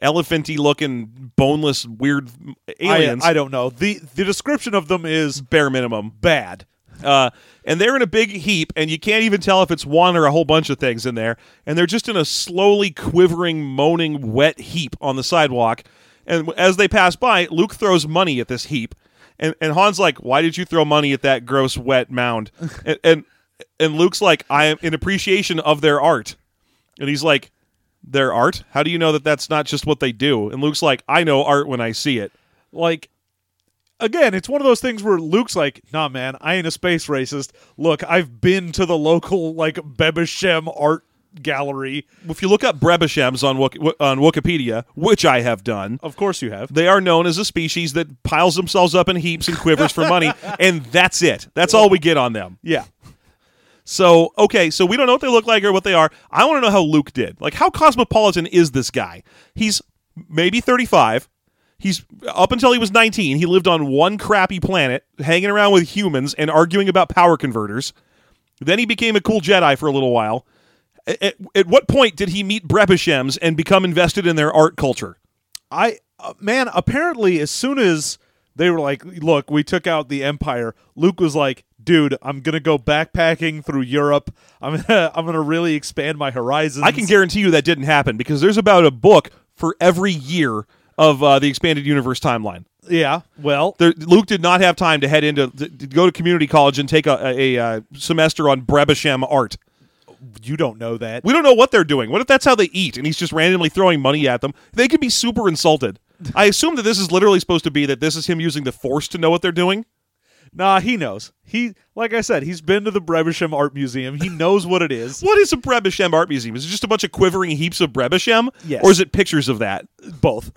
elephanty looking, boneless, weird
I,
aliens.
I don't know. The the description of them is
bare minimum.
bad.
Uh, and they're in a big heap, and you can't even tell if it's one or a whole bunch of things in there. And they're just in a slowly quivering, moaning, wet heap on the sidewalk. And w- as they pass by, Luke throws money at this heap, and and Han's like, "Why did you throw money at that gross, wet mound?" and, and and Luke's like, "I am in appreciation of their art," and he's like. Their art? How do you know that that's not just what they do? And Luke's like, I know art when I see it.
like again it's one of those things where luke's like nah man i ain't a space racist look i've been to the local like bebeshem art gallery
If you look up Brebeshems on Wik- on Wikipedia, which I have done,
of course you have
They are known as a species that piles themselves up in heaps and quivers for money, and that's it. That's all we get on them.
yeah
So, okay, so we don't know what they look like or what they are. I want to know how Luke did. Like, how cosmopolitan is this guy? He's maybe 35. He's up until he was 19, he lived on one crappy planet, hanging around with humans and arguing about power converters. Then he became a cool Jedi for a little while. A- At, at what point did he meet Brebeshems and become invested in their art culture?
i uh, man apparently as soon as they were like look we took out the empire luke was like dude i'm gonna go backpacking through europe i'm gonna i'm gonna really expand my horizons
I can guarantee you that didn't happen because there's about a book for every year of uh, the expanded universe timeline.
Yeah. Well,
There, Luke did not have time to head into to, to go to community college and take a, a, a uh, semester on Brebisham art.
you don't know that.
We don't know what they're doing. What if that's how they eat and he's just randomly throwing money at them? They could be super insulted. I assume that this is literally supposed to be that this is him using the force to know what they're doing.
Nah, he knows. He, like I said, he's been to the Brebisham Art Museum. He knows what it is.
What is a Brebisham art museum? Is it just a bunch of quivering heaps of Brebisham?
Yes.
Or is it pictures of that?
Both.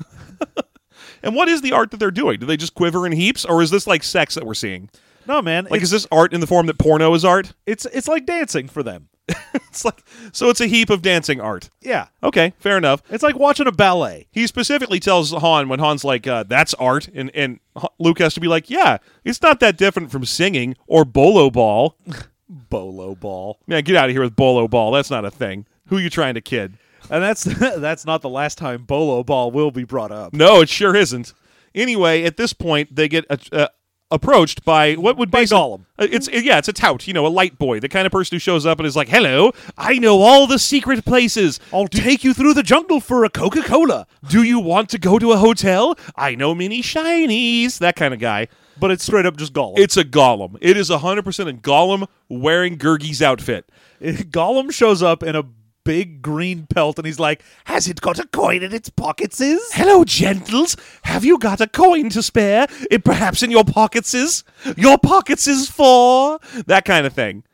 And what is the art that they're doing? Do they just quiver in heaps or is this like sex that we're seeing?
No, man.
Like
it's,
is this art in the form that porno is art?
it's it's like dancing for them.
It's like so it's a heap of dancing art.
Yeah.
Okay, fair enough.
It's like watching a ballet.
He specifically tells Han when Han's like, uh, "That's art," and and Han- Luke has to be like, "Yeah, it's not that different from singing or bolo ball."
Bolo ball.
Man, get out of here with bolo ball. That's not a thing. Who you trying to kid?
And that's that's not the last time bolo ball will be brought up.
No, it sure isn't. Anyway, at this point, they get uh, approached by what would
By
basi-
Gollum.
Uh, It's uh, yeah, it's a tout, you know, a light boy, the kind of person who shows up and is like, "Hello, I know all the secret places.
I'll take you through the jungle for a Coca-Cola.
Do you want to go to a hotel? I know many shinies." That kind of guy.
But it's straight up just Gollum.
It's a golem. It is 100% a golem wearing Gurgi's outfit.
Gollum shows up in a big green pelt and he's like, "Has it got a coin in its pockets?" Is
Hello, gentles. Have you got a coin to spare? It perhaps in your pockets is? Your pockets is for? That kind of thing.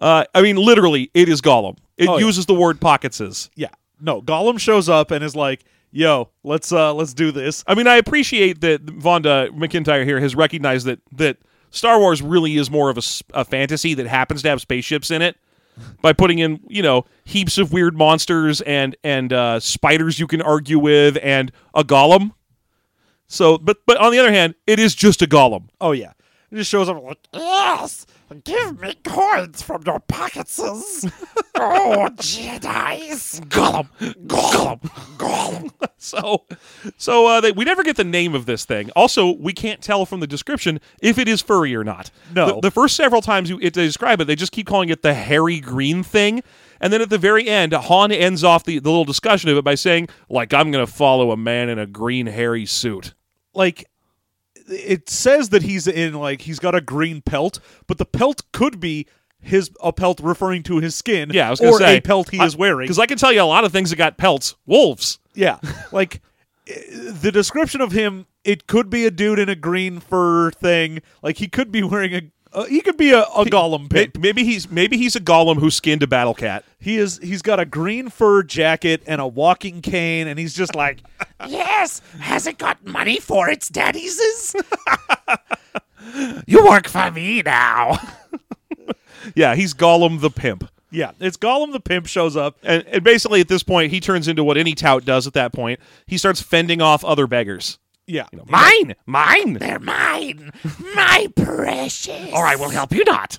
Uh, I mean, literally, it is Gollum. It
Oh, yeah.
uses the word pockets is.
yeah. No, Gollum shows up and is like, "Yo, let's uh let's do this."
I mean, I appreciate that Vonda McIntyre here has recognized that that Star Wars really is more of a, s- a fantasy that happens to have spaceships in it by putting in you know heaps of weird monsters and and uh, spiders you can argue with and a golem. So, but but on the other hand, it is just a golem.
Oh yeah. It just shows up like, yes, give me coins from your pockets. oh, Jedi's.
Gollum, Gollum, Gollum. so, so uh, they, we never get the name of this thing. Also, we can't tell from the description if it is furry or not.
No.
The, the first several times you, it, they describe it, they just keep calling it the hairy green thing. And then at the very end, Han ends off the, the little discussion of it by saying, like, I'm going to follow a man in a green hairy suit.
Like, it says that he's in, like, he's got a green pelt, but the pelt could be his a pelt referring to his skin
Yeah, I was going
or
to say.
a pelt he is wearing.
Because I can tell you a lot of things that got pelts. Wolves.
yeah. Like, i- the description of him, it could be a dude in a green fur thing. Like, he could be wearing a. Uh, he could be a, a golem
May-
pimp.
Maybe he's maybe he's a golem who skinned a battle cat.
He is he's got a green fur jacket and a walking cane and he's just like Yes, has it got money for its daddies?
You work for me now. yeah, he's Gollum the pimp.
yeah, it's Gollum the pimp shows up.
And, and basically, at this point, he turns into what any tout does at that point. He starts fending off other beggars.
Yeah.
Mine, mine. They're
mine, my precious.
Or I will help you not.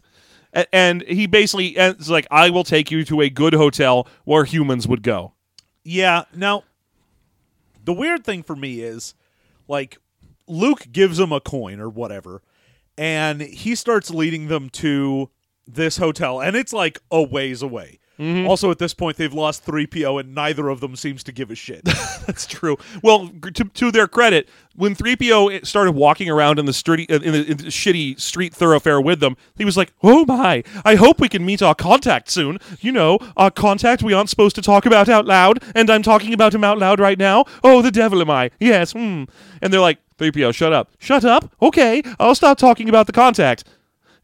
A- And he basically ends like, I will take you to a good hotel where humans would go.
Yeah. Now the weird thing for me is like Luke gives him a coin or whatever and he starts leading them to this hotel and it's like a ways away. Also at this point they've lost 3PO and neither of them seems to give a shit.
That's true. Well, gr- to, to their credit, when 3PO started walking around in the, sturdy, uh, in, the, in the shitty street thoroughfare with them, he was like, Oh my, I hope we can meet our contact soon. You know, our contact we aren't supposed to talk about out loud, and I'm talking about him out loud right now. Oh, the devil am I. Yes, hmm. And they're like, 3PO, shut up. Shut up? Okay, I'll stop talking about the contact.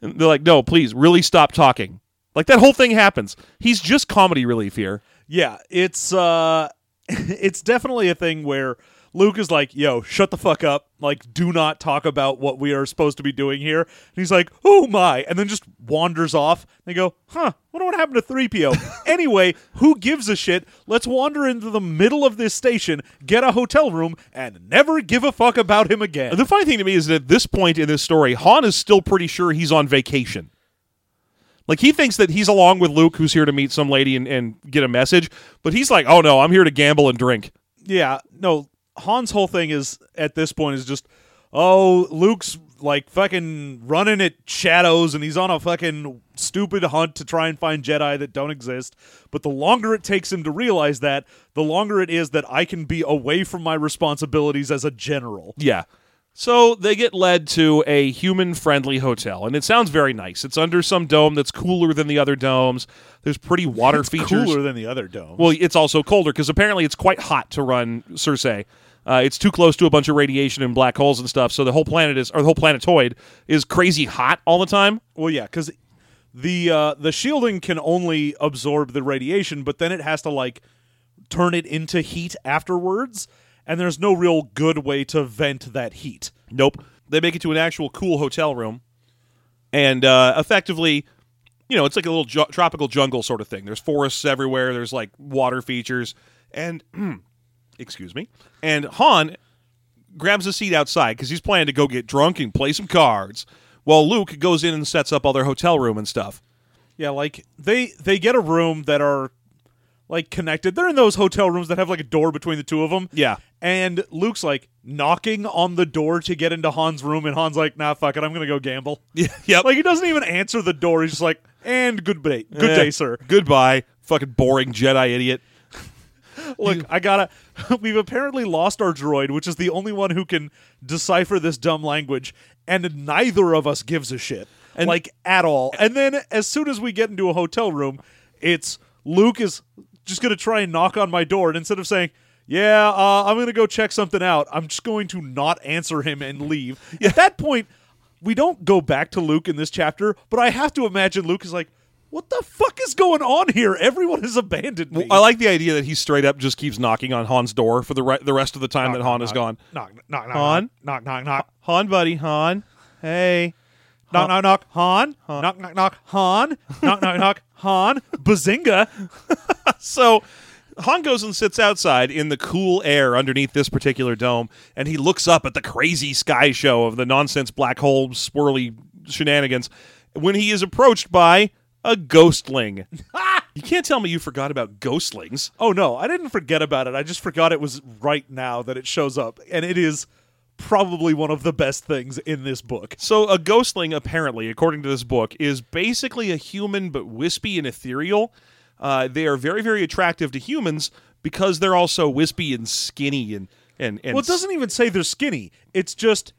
And they're like, No, please, really stop talking. Like that whole thing happens. He's just comedy relief here.
Yeah, it's uh it's definitely a thing where Luke is like, "Yo, shut the fuck up. Like do not talk about what we are supposed to be doing here." And he's like, "Oh my." And then just wanders off. They go, "Huh, wonder what happened to 3PO." anyway, who gives a shit? Let's wander into the middle of this station, get a hotel room, and never give a fuck about him again.
The funny thing to me is that at this point in this story, Han is still pretty sure he's on vacation. Like he thinks that he's along with Luke, who's here to meet some lady and, and get a message, but he's like, "Oh no, I'm here to gamble and drink."
Yeah, no. Han's whole thing is at this point is just, oh, Luke's like fucking running at shadows, and he's on a fucking stupid hunt to try and find Jedi that don't exist. But the longer it takes him to realize that, the longer it is that I can be away from my responsibilities as a general.
Yeah, So they get led to a human friendly hotel, and it sounds very nice. It's under some dome that's cooler than the other domes. There's pretty water features.
Cooler than the other dome.
Well, it's also colder because apparently it's quite hot to run Circe. Uh, it's too close to a bunch of radiation and black holes and stuff, so the whole planet is, or the whole planetoid is crazy hot all the time.
Well, yeah, because the uh, the shielding can only absorb the radiation, but then it has to like turn it into heat afterwards, and there's no real good way to vent that heat.
Nope. They make it to an actual cool hotel room, and uh, effectively, you know, it's like a little ju- tropical jungle sort of thing. There's forests everywhere. There's like water features, and excuse me. And Han grabs a seat outside because he's planning to go get drunk and play some cards, while Luke goes in and sets up all their hotel room and stuff.
Yeah, like they they get a room that are like connected. They're in those hotel rooms that have like a door between the two of them.
Yeah.
And Luke's like knocking on the door to get into Han's room, and Han's like, "Nah, fuck it, I'm gonna go gamble."
Yeah, yep.
Like he doesn't even answer the door. He's just like, "And good day, good
Eh,
day, sir."
Goodbye, fucking boring Jedi idiot.
Look, I gotta. We've apparently lost our droid, which is the only one who can decipher this dumb language, and neither of us gives a shit, like at all. And then as soon as we get into a hotel room, it's Luke is just gonna try and knock on my door, and instead of saying. Yeah, uh, I'm gonna go check something out. I'm just going to not answer him and leave. At that point, we don't go back to Luke in this chapter, but I have to imagine Luke is like, "What the fuck is going on here? Everyone has abandoned me."
I like the idea that he straight up just keeps knocking on Han's door for the re- the rest of the time that Han is gone.
Knock, knock, knock,
Han?
knock, knock, knock,
Han, buddy, Han. Hey.
knock, knock, knock, Han, knock, knock, knock, Han, knock, knock, knock, Han, Bazinga.
So Han goes and sits outside in the cool air underneath this particular dome, and he looks up at the crazy sky show of the nonsense black hole swirly shenanigans when he is approached by a ghostling. you can't tell me you forgot about ghostlings.
Oh no, I didn't forget about it. I just forgot it was right now that it shows up, and it is probably one of the best things in this book.
So a ghostling, apparently, according to this book, is basically a human but wispy and ethereal. Uh, they are very, very attractive to humans because they're also wispy and skinny and and and
Well, it doesn't even say they're skinny. It's just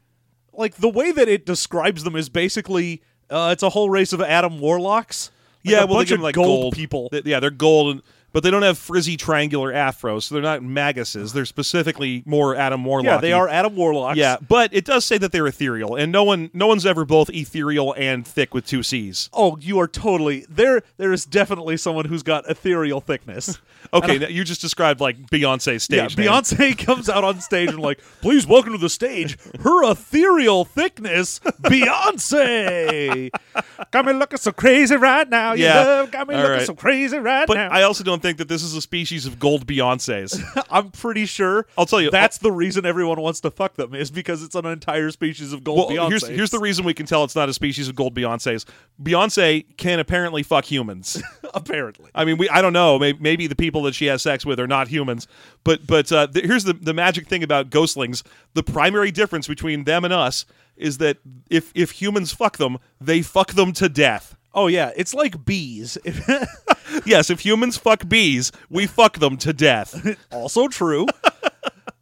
like the way that it describes them is basically uh, it's a whole race of Adam Warlocks. Like
yeah,
a
well,
bunch
they give
of
them, like
gold,
gold
people.
They- yeah, they're gold, and, but they don't have frizzy triangular afros, so they're not maguses. They're specifically more Adam Warlock.
yeah, they are Adam Warlocks.
Yeah, but it does say that they're ethereal, and no one, no one's ever both ethereal and thick with two C's.
Oh, you are totally there. There is definitely someone who's got ethereal thickness.
Okay, now you just described like Beyonce's stage.
yeah,
name.
Beyonce comes out on stage and like, please welcome to the stage, her ethereal thickness, Beyonce. got me looking so crazy right now. You
Yeah,
love got me
all
looking
right.
so crazy right
But
now.
I also don't think that this is a species of gold Beyonces.
I'm pretty sure.
I'll tell you-
That's the reason everyone wants to fuck them is because it's an entire species of gold.
Well, here's
Beyonces.
here's the reason we can tell it's not a species of gold Beyonces. Beyonce can apparently fuck humans.
apparently.
I mean, we I don't know. Maybe, maybe the people that she has sex with are not humans. But but uh, th- here's the the magic thing about ghostlings. The primary difference between them and us is that if if humans fuck them, they fuck them to death.
Oh yeah, it's like bees.
Yes, if humans fuck bees, we fuck them to death.
also true.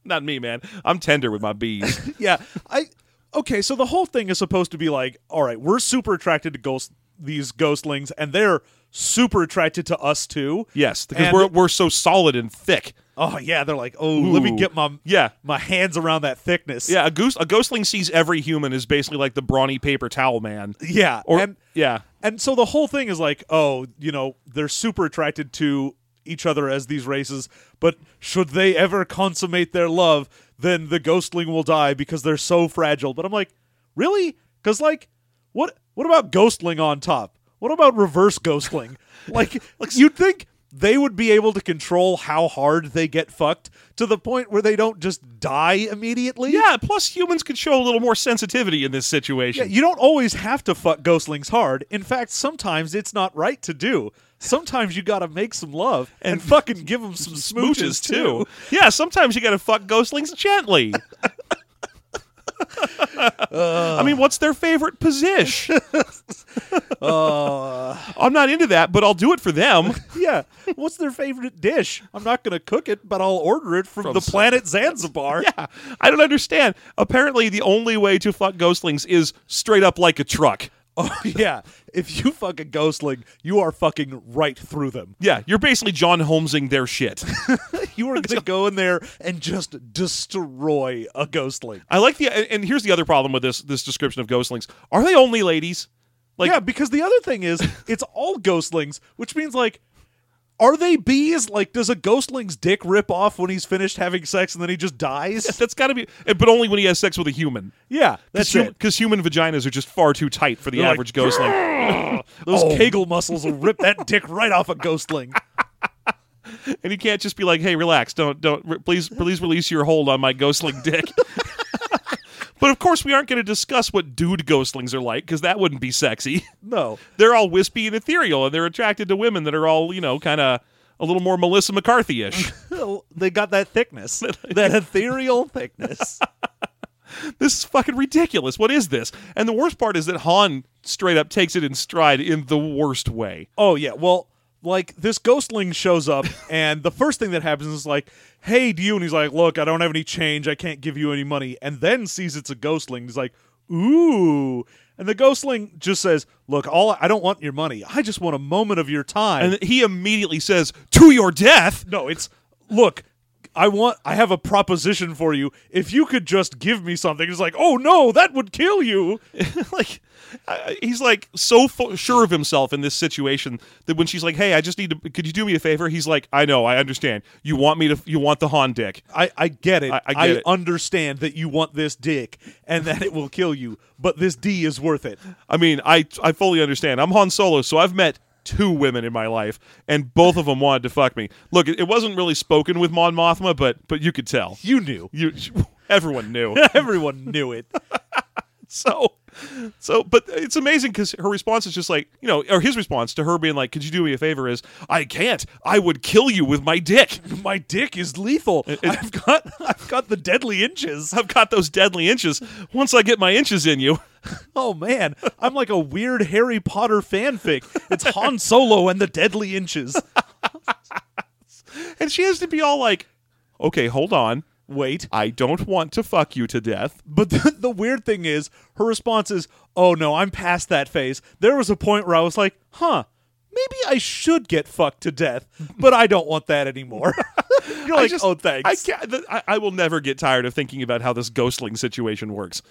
not me, man. I'm tender with my bees.
yeah i okay so the whole thing is supposed to be like all right we're super attracted to ghost these ghostlings and they're super attracted to us too
Yes, because
And-
we're we're so solid and thick.
oh yeah they're like oh let me
Ooh.
get my
Yeah.
my hands around that thickness
Yeah, a goose a ghostling sees every human is basically like the brawny paper towel man.
yeah
Or
and
yeah.
and so the whole thing is like oh you know they're super attracted to each other as these races but should they ever consummate their love then the ghostling will die because they're so fragile but i'm like really because like what what about ghostling on top what about reverse ghostling like, like you'd think they would be able to control how hard they get fucked to the point where they don't just die immediately
Yeah, plus humans could show a little more sensitivity in this
yeah,
situation.
you don't always have to fuck ghostlings hard. In fact, sometimes it's not right to do. Sometimes you gotta make some love and, fucking give them some smooches, too.
Yeah, sometimes you got to fuck ghostlings gently. I mean, what's their favorite position?
Uh.
I'm not into that, but I'll do it for them.
yeah. What's their favorite dish? I'm not going to cook it, but I'll order it from, the
some-
planet Zanzibar.
Yeah, I don't understand. Apparently, the only way to fuck ghostlings is straight up like a truck.
Oh, yeah. If you fuck a ghostling, you are fucking right through them.
Yeah, you're basically John Holmesing their shit.
You are going to go in there and just destroy a ghostling.
I like the and- and here's the other problem with this this description of ghostlings. Are they only ladies? Like
yeah, because the other thing is, it's all ghostlings, which means like, are they bees? Like, does a ghostling's dick rip off when he's finished having sex and then he just dies?
that's got to be eh, but only when he has sex with a human.
yeah, that's it.
Because human vaginas are just far too tight for the
They're like, Oh.
average ghostling.
Those Kegel muscles will rip that dick right off a ghostling.
and you can't just be like, "Hey, relax. Don't don't re- please please release your hold on my ghostling dick." but of course, we aren't going to discuss what dude ghostlings are like because that wouldn't be sexy.
No.
They're all wispy and ethereal, and they're attracted to women that are all you know, kind of a little more Melissa McCarthy ish.
they got that thickness, that ethereal thickness.
this is fucking ridiculous. What is this? And the worst part is that Han straight up takes it in stride in the worst way.
Oh yeah, well, like this ghostling shows up, and the first thing that happens is like, "Hey, do you?" And he's like, "Look, I don't have any change. I can't give you any money." And then sees it's a ghostling. He's like, "Ooh." And the ghostling just says, "Look, all I don't want your money. I just want a moment of your time."
And he immediately says, "To your death."
no, it's look. I want. I have a proposition for you. If you could just give me something, it's like, oh no, that would kill you.
like uh, he's like so fu- sure of himself in this situation that when she's like hey i just need to could you do me a favor he's like i know i understand you want me to you want the han dick
I, I get it.
I-
I,
I get it.
understand that you want this dick and that it will kill you, but this D is worth it.
i mean i i fully understand i'm han solo so i've met two women in my life and both of them wanted to fuck me look it, it wasn't really spoken with mon mothma but but you could tell
You knew.
you everyone knew
Everyone knew it.
so so but it's amazing because her response is just like you know or his response to her being like could you do me a favor is i can't i would kill you with my dick
My dick is lethal. I've got I've got the deadly inches.
I've got those deadly inches. Once I get my inches in you,
Oh man, I'm like a weird Harry Potter fanfic. It's Han Solo and the deadly inches.
and she has to be all like, "Okay, hold on.
Wait.
I don't want to fuck you to death."
But the, the weird thing is her response is, "Oh no, I'm past that phase. There was a point where I was like, "Huh, maybe I should get fucked to death, but I don't want that anymore." You're
I
like,
just-
"Oh, thanks."
I can't. th- I, I will never get tired of thinking about how this ghostling situation works.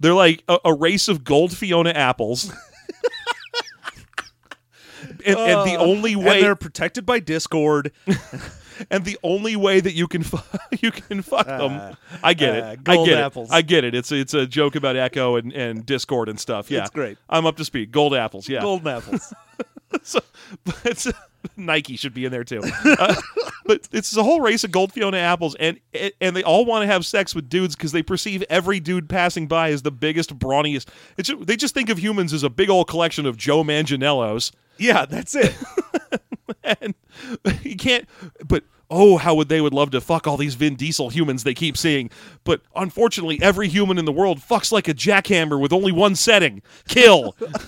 They're like a, a race of gold Fiona apples. And, and the only way
Oh. and they're protected by Discord.
and the only way that you can fu- you can fuck them. I get
uh,
it. I
gold
get
apples.
it. I get it. It's it's a joke about Echo and, and Discord and stuff. Yeah,
It's great.
I'm up to speed. Gold apples. Yeah,
Golden apples.
so, but it's- Nike should be in there too. Uh, but it's a whole race of gold Fiona apples, and and they all want to have sex with dudes because they perceive every dude passing by as the biggest, brawniest. It's ju- they just think of humans as a big old collection of Joe Manganiellos,
yeah, that's it.
and you can't. But oh, how would they would love to fuck all these Vin Diesel humans they keep seeing. But unfortunately, every human in the world fucks like a jackhammer with only one setting: kill.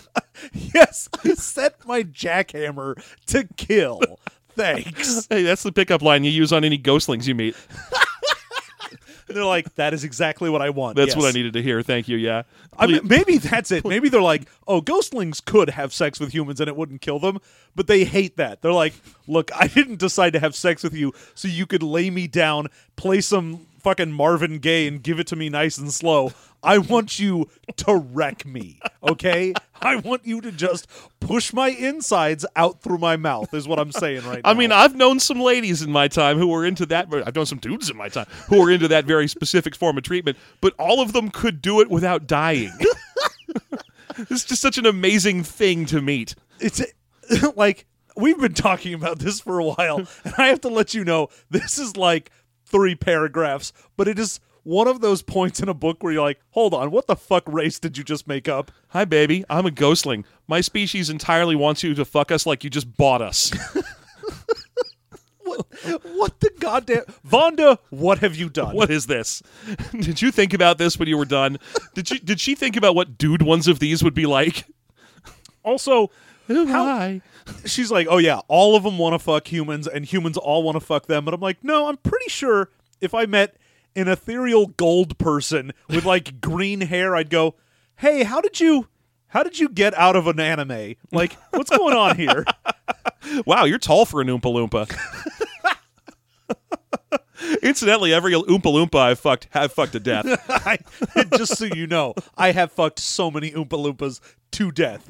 Yes, I set my jackhammer to kill. Thanks.
hey, that's the pickup line you use on any ghostlings you meet.
And they're like, that is exactly what I want.
That's what I
Yes.
needed to hear. Thank you. Yeah.
I mean, maybe that's it. Maybe they're like, oh, ghostlings could have sex with humans and it wouldn't kill them, but they hate that. They're like, look, I didn't decide to have sex with you so you could lay me down, play some fucking Marvin Gaye, and give it to me nice and slow. I want you to wreck me, okay? I want you to just push my insides out through my mouth, is what I'm saying right now.
I mean, I've known some ladies in my time who were into that. I've known some dudes in my time who were into that very specific form of treatment, but all of them could do it without dying. it's just such an amazing thing to meet.
it's like we've been talking about this for a while and i have to let you know this is like three paragraphs but it is one of those points in a book where you're like hold on what the fuck race did you just make up
Hi, baby. I'm a ghostling. My species entirely wants you to fuck us like you just bought us.
what, what the goddamn vonda what have you done
What is this? Did you think about this when you were done? Did you? Did she think about what dude ones of these would be like?
Also, how-
Why?
she's like, "Oh yeah, all of them want to fuck humans, and humans all want to fuck them." And I'm like, "No, I'm pretty sure if I met an ethereal gold person with like green hair, I'd go, "Hey, how did you, how did you get out of an anime? Like, what's going on here?"
Wow, you're tall for an Oompa Loompa. Incidentally, every Oompa Loompa I've fucked have fucked to death.
I, just so you know, I have fucked so many Oompa Loompas to death.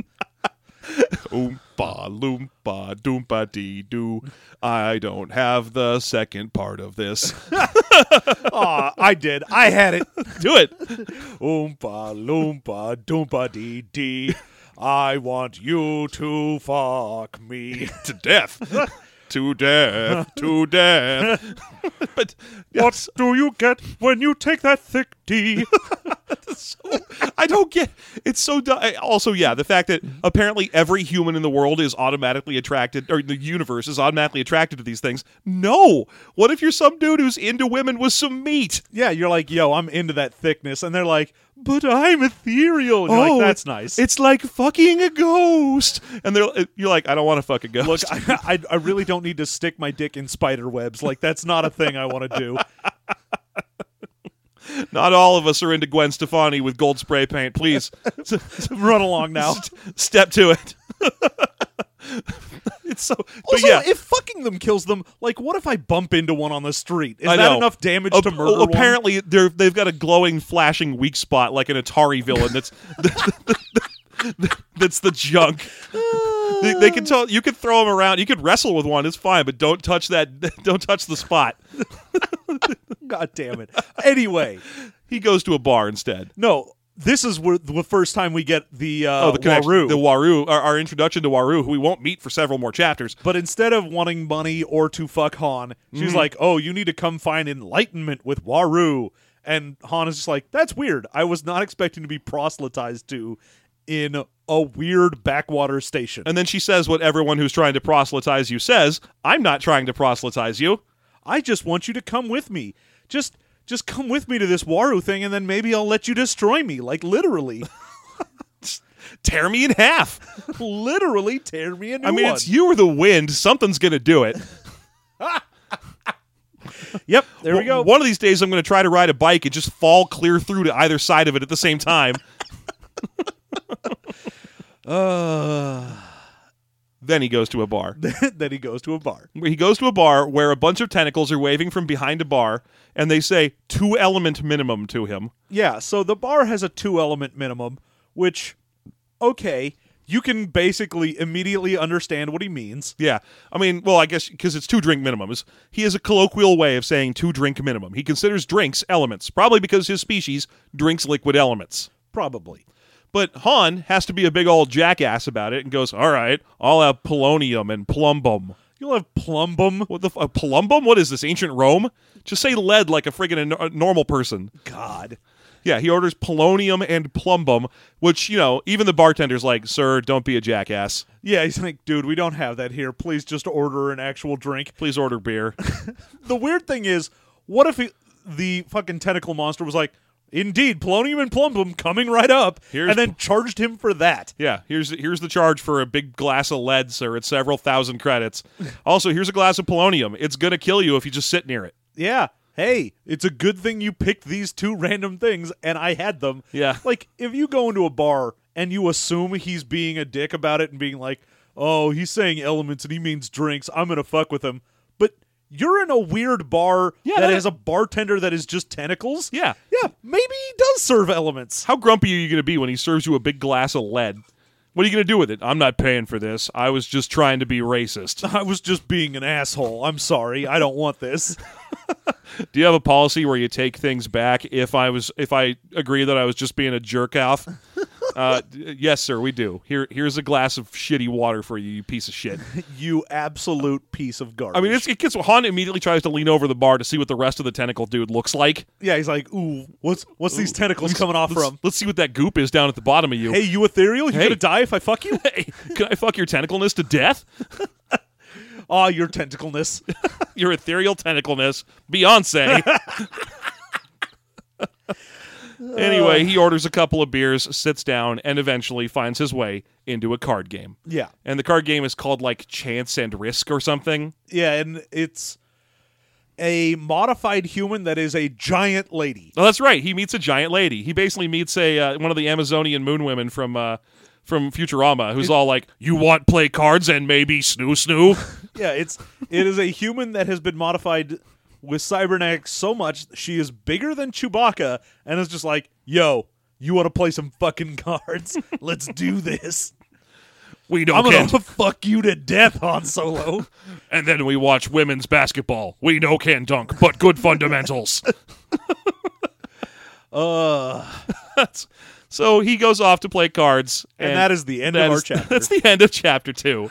Oompa Loompa Doompa Dee Doo. I don't have the second part of this.
Aw, I did. I had it.
Do it.
Oompa Loompa Doompa Dee Dee. I want you to fuck me.
to death. to death. To death. but
What do you get when you take that thick D?
I don't get it's so du- I- also yeah, the fact
Mm-hmm.
that apparently every human in the world is automatically attracted or the universe is automatically attracted to these things. No. What if you're some dude who's into women with some meat?
yeah, you're like, yo, I'm into that thickness, and they're like, but I'm ethereal. And you're like, that's nice.
It's like fucking a ghost. And they're uh, you're like, I don't want to fuck a ghost.
Look, I, I, I really don't need to stick my dick in spider webs. Like, that's not a thing I want to do.
Not all of us are into Gwen Stefani with gold spray paint. Please
Run along now.
step to it. it's so. but
Also,
yeah,
if fucking them kills them, like, what if I bump into one on the street? Is
I
that
know.
enough damage to
Ap-
murder one?
apparently they're they've got a glowing, flashing weak spot like an Atari villain. That's that's the junk. They, they can tell you could throw them around. You could wrestle with one. It's fine, but don't touch that. Don't touch the spot.
God damn it. Anyway,
He goes to a bar instead.
no, this is where the first time we get the uh,
Oh, the connection-
Waru.
the Waru, our, our introduction to Waru, who we won't meet for several more chapters.
But instead of wanting money or to fuck Han,
Mm-hmm.
she's like, "Oh, you need to come find enlightenment with Waru." And Han is just like, "That's weird. I was not expecting to be proselytized to in a weird backwater station.
And then she says what everyone who's trying to proselytize you says. I'm not trying to proselytize you.
I just want you to come with me. Just just come with me to this Waru thing and then maybe I'll let you destroy me, like literally.
Tear me in half.
literally tear me a new
I mean,
one.
it's you or the wind. Something's going to do it.
Yep, there we go.
One of these days, I'm going to try to ride a bike and just fall clear through to either side of it at the same time. Then he goes to a bar.
then he goes to a bar.
He goes to a bar where a bunch of tentacles are waving from behind a bar, and they say two element minimum to him.
Yeah, so the bar has a two element minimum, which, okay, you can basically immediately understand what he means.
Yeah. I mean, well, I guess because it's two drink minimums. He has a colloquial way of saying two drink minimum. He considers drinks elements, probably because his species drinks liquid elements.
Probably.
But Han has to be a big old jackass about it and goes, "All right, I'll have polonium and plumbum."
You'll have plumbum.
What the f- uh, plumbum? What is this? Ancient Rome? Just say lead like a friggin' an- a normal person.
God.
Yeah, he orders polonium and plumbum, which you know, even the bartender's like, "Sir, don't be a jackass.
Yeah, he's like, dude, we don't have that here. Please just order an actual drink.
Please order beer."
The weird thing is, what if he, the fucking tentacle monster was like, indeed, polonium and plumbum coming right up,
Here's
and then charged him for that?
Yeah, here's here's the charge for a big glass of lead, sir. It's several thousand credits. Also, here's a glass of polonium. It's gonna kill you if you just sit near it.
yeah, hey, it's a good thing you picked these two random things and I had them.
Yeah.
Like, if you go into a bar and you assume he's being a dick about it and being like, oh, he's saying elements and he means drinks, I'm going to fuck with him. But you're in a weird bar that,
that-
has a bartender that is just tentacles.
Yeah.
Yeah, maybe he does serve elements.
How grumpy are you going to be when he serves you a big glass of lead? What are you going to do with it? I'm not paying for this. I was just trying to be racist.
I was just being an asshole. I'm sorry. I don't want this.
Do you have a policy where you take things back if I was if I agree that I was just being a jerk off? Uh, d- yes, sir, we do. Here, here's a glass of shitty water for you, you piece of shit.
You absolute piece of garbage.
I mean, it's, it gets Han immediately tries to lean over the bar to see what the rest of the tentacle dude looks like.
yeah, he's like, ooh, what's what's these tentacles coming off
Let's,
from?
let's see what that goop is down at the bottom of you.
Hey, you ethereal, you
Hey.
gonna die if I fuck you?
Hey, can I fuck your tentacleness to death?
Aw, your tentacleness.
Your ethereal tentacleness, Beyonce. Anyway, he orders a couple of beers, sits down, and eventually finds his way into a card game.
Yeah.
And the card game is called like Chance and Risk or something.
Yeah, and it's a modified human that is a giant lady.
Oh, that's right. He meets a giant lady. He basically meets a uh, one of the Amazonian moon women from uh, from Futurama, who's all like, "You want play cards and maybe snoo snoo."
Yeah, it's it is a human that has been modified with cybernetics so much she is bigger than Chewbacca and is just like, "Yo, you want to play some fucking cards? Let's do this."
we don't
I'm
care.
going to fuck you to death on Solo.
And then we watch women's basketball. We no can dunk, but good fundamentals.
Uh,
That's- so he goes off to play cards,
and, that is the end
that
of our
is-
chapter.
That's the end of chapter two.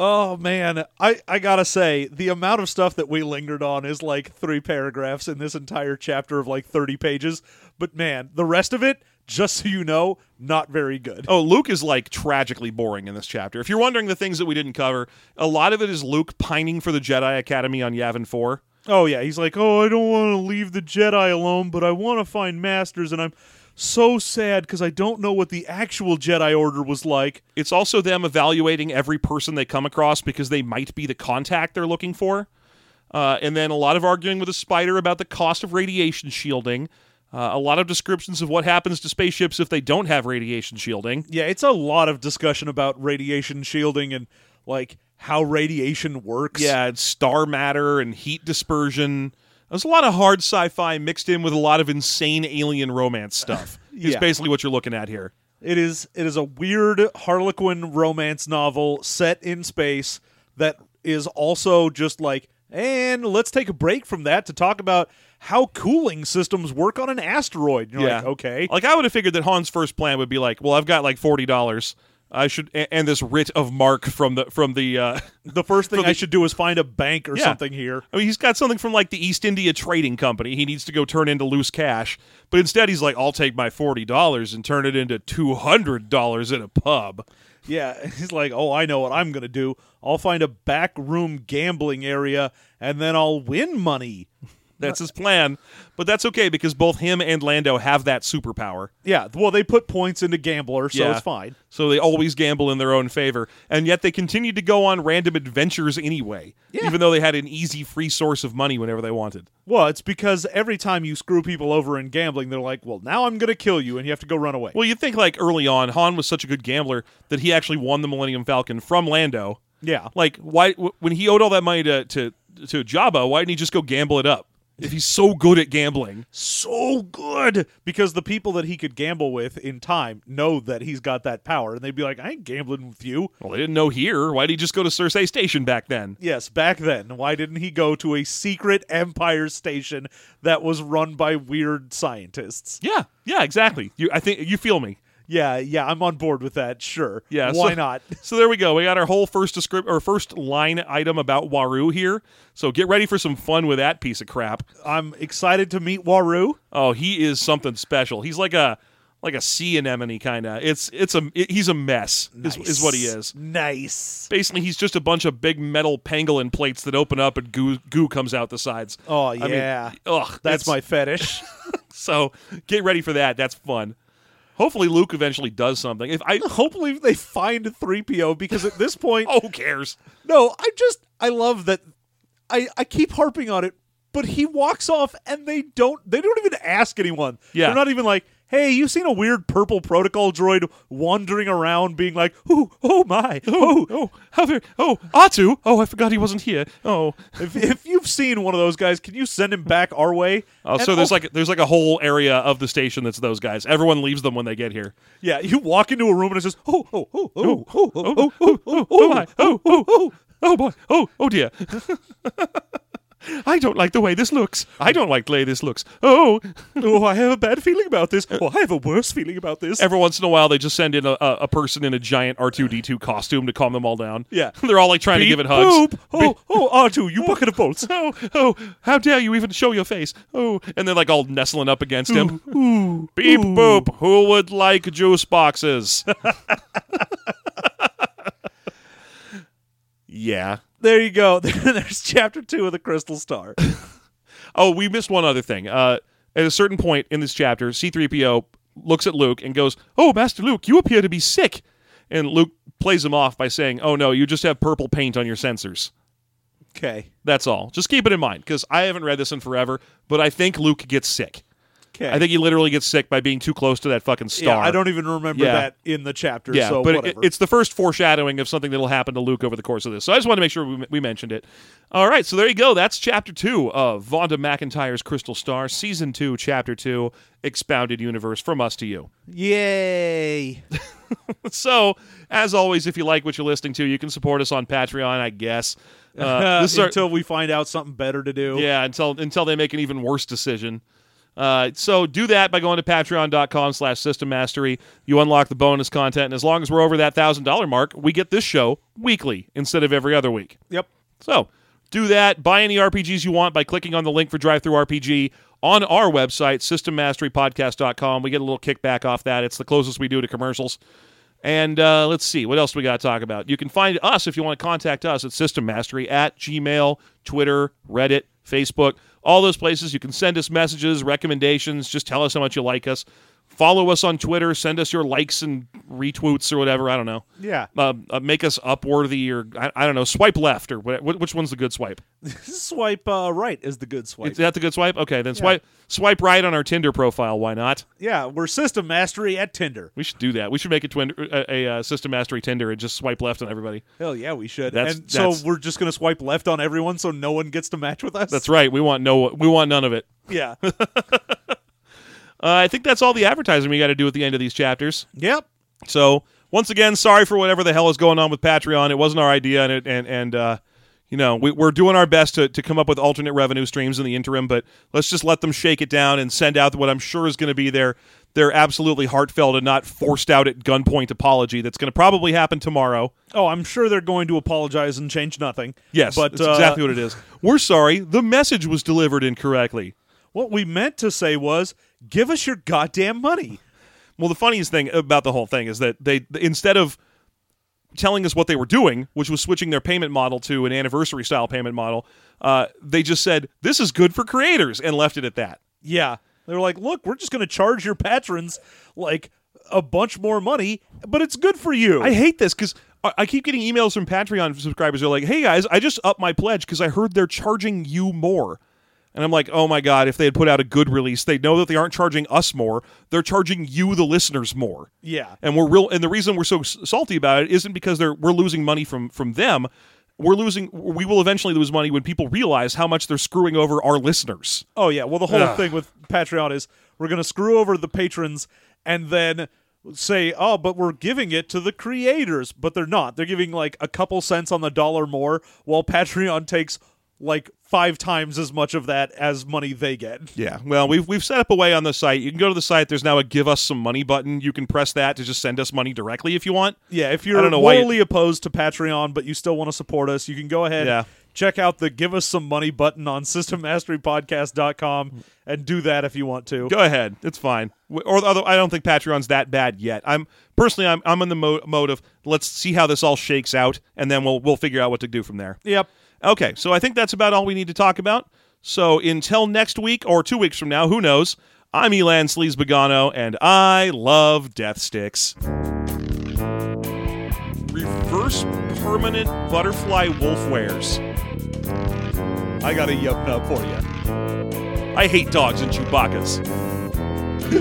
Oh man, I I gotta say the amount of stuff that we lingered on is like three paragraphs in this entire chapter of like thirty pages. But man, the rest of it, just so you know, not very good.
Oh, Luke is like tragically boring in this chapter. If you're wondering the things that we didn't cover, a lot of it is Luke pining for the Jedi Academy on Yavin 4.
Oh yeah, he's like, oh, I don't want to leave the Jedi alone, but I want to find masters, and I'm so sad because I don't know what the actual Jedi Order was like.
It's also them evaluating every person they come across because they might be the contact they're looking for. Uh, and then a lot of arguing with a spider about the cost of radiation shielding. Uh, a lot of descriptions of what happens to spaceships if they don't have radiation shielding.
Yeah, it's a lot of discussion about radiation shielding and like how radiation works.
Yeah, it's star matter and heat dispersion. There's a lot of hard sci-fi mixed in with a lot of insane alien romance stuff. Is
Yeah.
basically what you're looking at here.
It is it is a weird Harlequin romance novel set in space that is also just like and let's take a break from that to talk about how cooling systems work on an asteroid. You're like, okay.
Like I would have figured that Han's first plan would be like, well, I've got like forty dollars. I should a- and this writ of mark from the from the. Uh,
The first thing
the-
I should do is find a bank or
Yeah.
something here.
I mean, he's got something from like the East India Trading Company. He needs to go turn into loose cash, but instead he's like, I'll take my forty dollars and turn it into two hundred dollars at a pub.
Yeah, he's like, "Oh, I know what I'm going to do. I'll find a back room gambling area and then I'll win money."
That's his plan, but that's okay because both him and Lando have that superpower.
Yeah, well, they put points into gambler, so
Yeah.
it's fine.
So they always gamble in their own favor, and yet they continue to go on random adventures anyway, even though they had an easy free source of money whenever they wanted.
Well, it's because every time you screw people over in gambling, they're like, "Well, now I'm going to kill you," and you have to go run away.
Well, you'd think like early on, Han was such a good gambler that he actually won the Millennium Falcon from Lando.
yeah,
Like, why w- when he owed all that money to to to Jabba, why didn't he just go gamble it up? If he's so good at gambling,
so good because the people that he could gamble with in time know that he's got that power, and they'd be like, "I ain't gambling with you."
well, they didn't know here. Why did he just go to Cersei Station back then?
Yes, back then, why didn't he go to a secret empire station that was run by weird scientists?
Yeah, yeah, exactly. You, I think you feel me.
Yeah, yeah, I'm on board with that. Sure.
Yeah,
why
so-
not?
So there we go. We got our whole first descript or first line item about Waru here. So get ready for some fun with that piece of crap.
I'm excited to meet Waru.
Oh, he is something special. He's like a like a sea anemone kind of. It's it's a it- he's a mess. Is, is what he is.
Nice.
Basically, he's just a bunch of big metal pangolin plates that open up and goo goo comes out the sides.
Oh
mean,
yeah,
Ugh,
that's
it's-
my fetish.
So get ready for that. That's fun. Hopefully, Luke eventually does something. If I
hopefully they find 3PO because at this point
oh, who cares?
no, I just I love that I I keep harping on it, but he walks off and they don't they don't even ask anyone.
Yeah.
They're not even like, "Hey, you seen a weird purple protocol droid wandering around being like, "Oh, oh my. Oh,
Oh, how very, oh, Atu. Oh, I forgot he wasn't here. Oh,
If, if you've seen one of those guys, can you send him back our way?
Oh,
And
so there's
oh,
like there's like a whole area of the station that's those guys. Everyone leaves them when they get here.
yeah, you walk into a room and it's just oh oh oh oh oh oh oh
oh, oh, oh, my, oh, oh, oh, oh, boy, oh, oh dear. I don't like the way this looks. I don't like the way this looks. Oh,
oh I have a bad feeling about this. Oh, I have a worse feeling about this.
every once in a while they just send in a, a, a person in a giant R two D two costume to calm them all down.
Yeah.
they're all like trying to give it hugs.
Boop. Oh, oh, R2, you bucket of bolts.
Oh, oh, how dare you even show your face? Oh, and they're like all nestling up against him.
Ooh.
Beep boop. Who would like juice boxes? yeah.
There you go. There's chapter two of the Crystal Star.
Oh, we missed one other thing. Uh, at a certain point in this chapter, C3PO looks at Luke and goes, Oh, Master Luke, you appear to be sick. And Luke plays him off by saying, Oh, no, you just have purple paint on your sensors.
Okay.
That's all. Just keep it in mind because I haven't read this in forever, but I think Luke gets sick.
Okay.
I think he literally gets sick by being too close to that fucking star.
Yeah, I don't even remember
Yeah.
that in the chapter.
Yeah,
so
but it-
whatever.
it's the first foreshadowing of something that'll happen to Luke over the course of this. So I just want to make sure we, we mentioned it. All right, so there you go. That's chapter two of Vonda McIntyre's Crystal Star, season two, chapter two, expounded universe from us to you.
Yay.
So, as always, if you like what you're listening to, you can support us on Patreon, I guess. Uh, this is our,
until we find out something better to do.
yeah, until until they make an even worse decision. Uh, so do that by going to patreon.com slash system mastery. You unlock the bonus content, and as long as we're over that thousand dollar mark, we get this show weekly instead of every other week.
Yep.
So do that. Buy any RPGs you want by clicking on the link for Drive Through RPG on our website, systemmasterypodcast.com. We get a little kickback off that. It's the closest we do to commercials. And uh, let's see, what else do we got to talk about? You can find us if you want to contact us at System Mastery at Gmail, Twitter, Reddit, Facebook, all those places. You can send us messages, recommendations, just tell us how much you like us. Follow us on Twitter, send us your likes and retweets or whatever. I don't know
Yeah.
uh, uh, make us upworthy or I, I don't know swipe left or what, which one's the good swipe
Swipe uh, right is the good swipe.
is that the good swipe okay then swipe swipe right on our tinder profile why not
yeah, we're system mastery at Tinder.
we should do that we should make a twin a, a uh, system mastery tinder and just swipe left on everybody
Hell yeah, we should.
That's-
and
that's-
so we're just gonna swipe left on everyone, so no one gets to match with us.
that's right we want no we want none of it
yeah.
uh, i think that's all the advertising we got to do at the end of these chapters
yep.
so once again sorry for whatever the hell is going on with patreon it wasn't our idea and it, and and uh you know, we, we're doing our best to, to come up with alternate revenue streams in the interim, but let's just let them shake it down and send out what I'm sure is going to be their their absolutely heartfelt and not forced out at gunpoint apology. That's going to probably happen tomorrow.
Oh, I'm sure they're going to apologize and change nothing.
Yes,
but
that's
uh,
exactly what it is. We're sorry, the message was delivered incorrectly.
what we meant to say was, give us your goddamn money.
Well, the funniest thing about the whole thing is that they instead of telling us what they were doing, which was switching their payment model to an anniversary style payment model, uh, they just said this is good for creators and left it at that.
Yeah. They were like, look, we're just going to charge your patrons like a bunch more money, but it's good for you.
I hate this because I I keep getting emails from Patreon subscribers. They're like, "Hey guys, I just upped my pledge because I heard they're charging you more." And I'm like, "Oh my god! If they had put out a good release, they'd know that they aren't charging us more. They're charging you, the listeners, more."
yeah.
and we're real and the reason we're so s- salty about it isn't because they're we're losing money from from them we're losing we will eventually lose money when people realize how much they're screwing over our listeners
Oh, yeah. Well, the whole thing with Patreon is we're going to screw over the patrons and then say, oh, but we're giving it to the creators. But they're not. They're giving like a couple cents on the dollar more, while Patreon takes like five times as much of that as money they get.
yeah well we've we've set up a way on the site you can go to the site there's now a give us some money button you can press that to just send us money directly if you want
Yeah, if you're
I don't know why you-
morally opposed to Patreon, but you still want to support us, you can go ahead
Yeah.
check out the give us some money button on systemmasterypodcast.com and do that if you want to.
go ahead it's fine W- or although i don't think patreon's that bad yet i'm personally i'm, I'm in the mo- mode of let's see how this all shakes out and then we'll we'll figure out what to do from there
Yep.
Okay, so I think that's about all we need to talk about. So until next week or two weeks from now, who knows? I'm Elan Sleaze Bogano, and I love death sticks. Reverse permanent butterfly wolf wares.
I got a yup nub for you.
I hate dogs and Chewbacca's.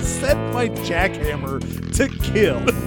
Set my jackhammer to kill.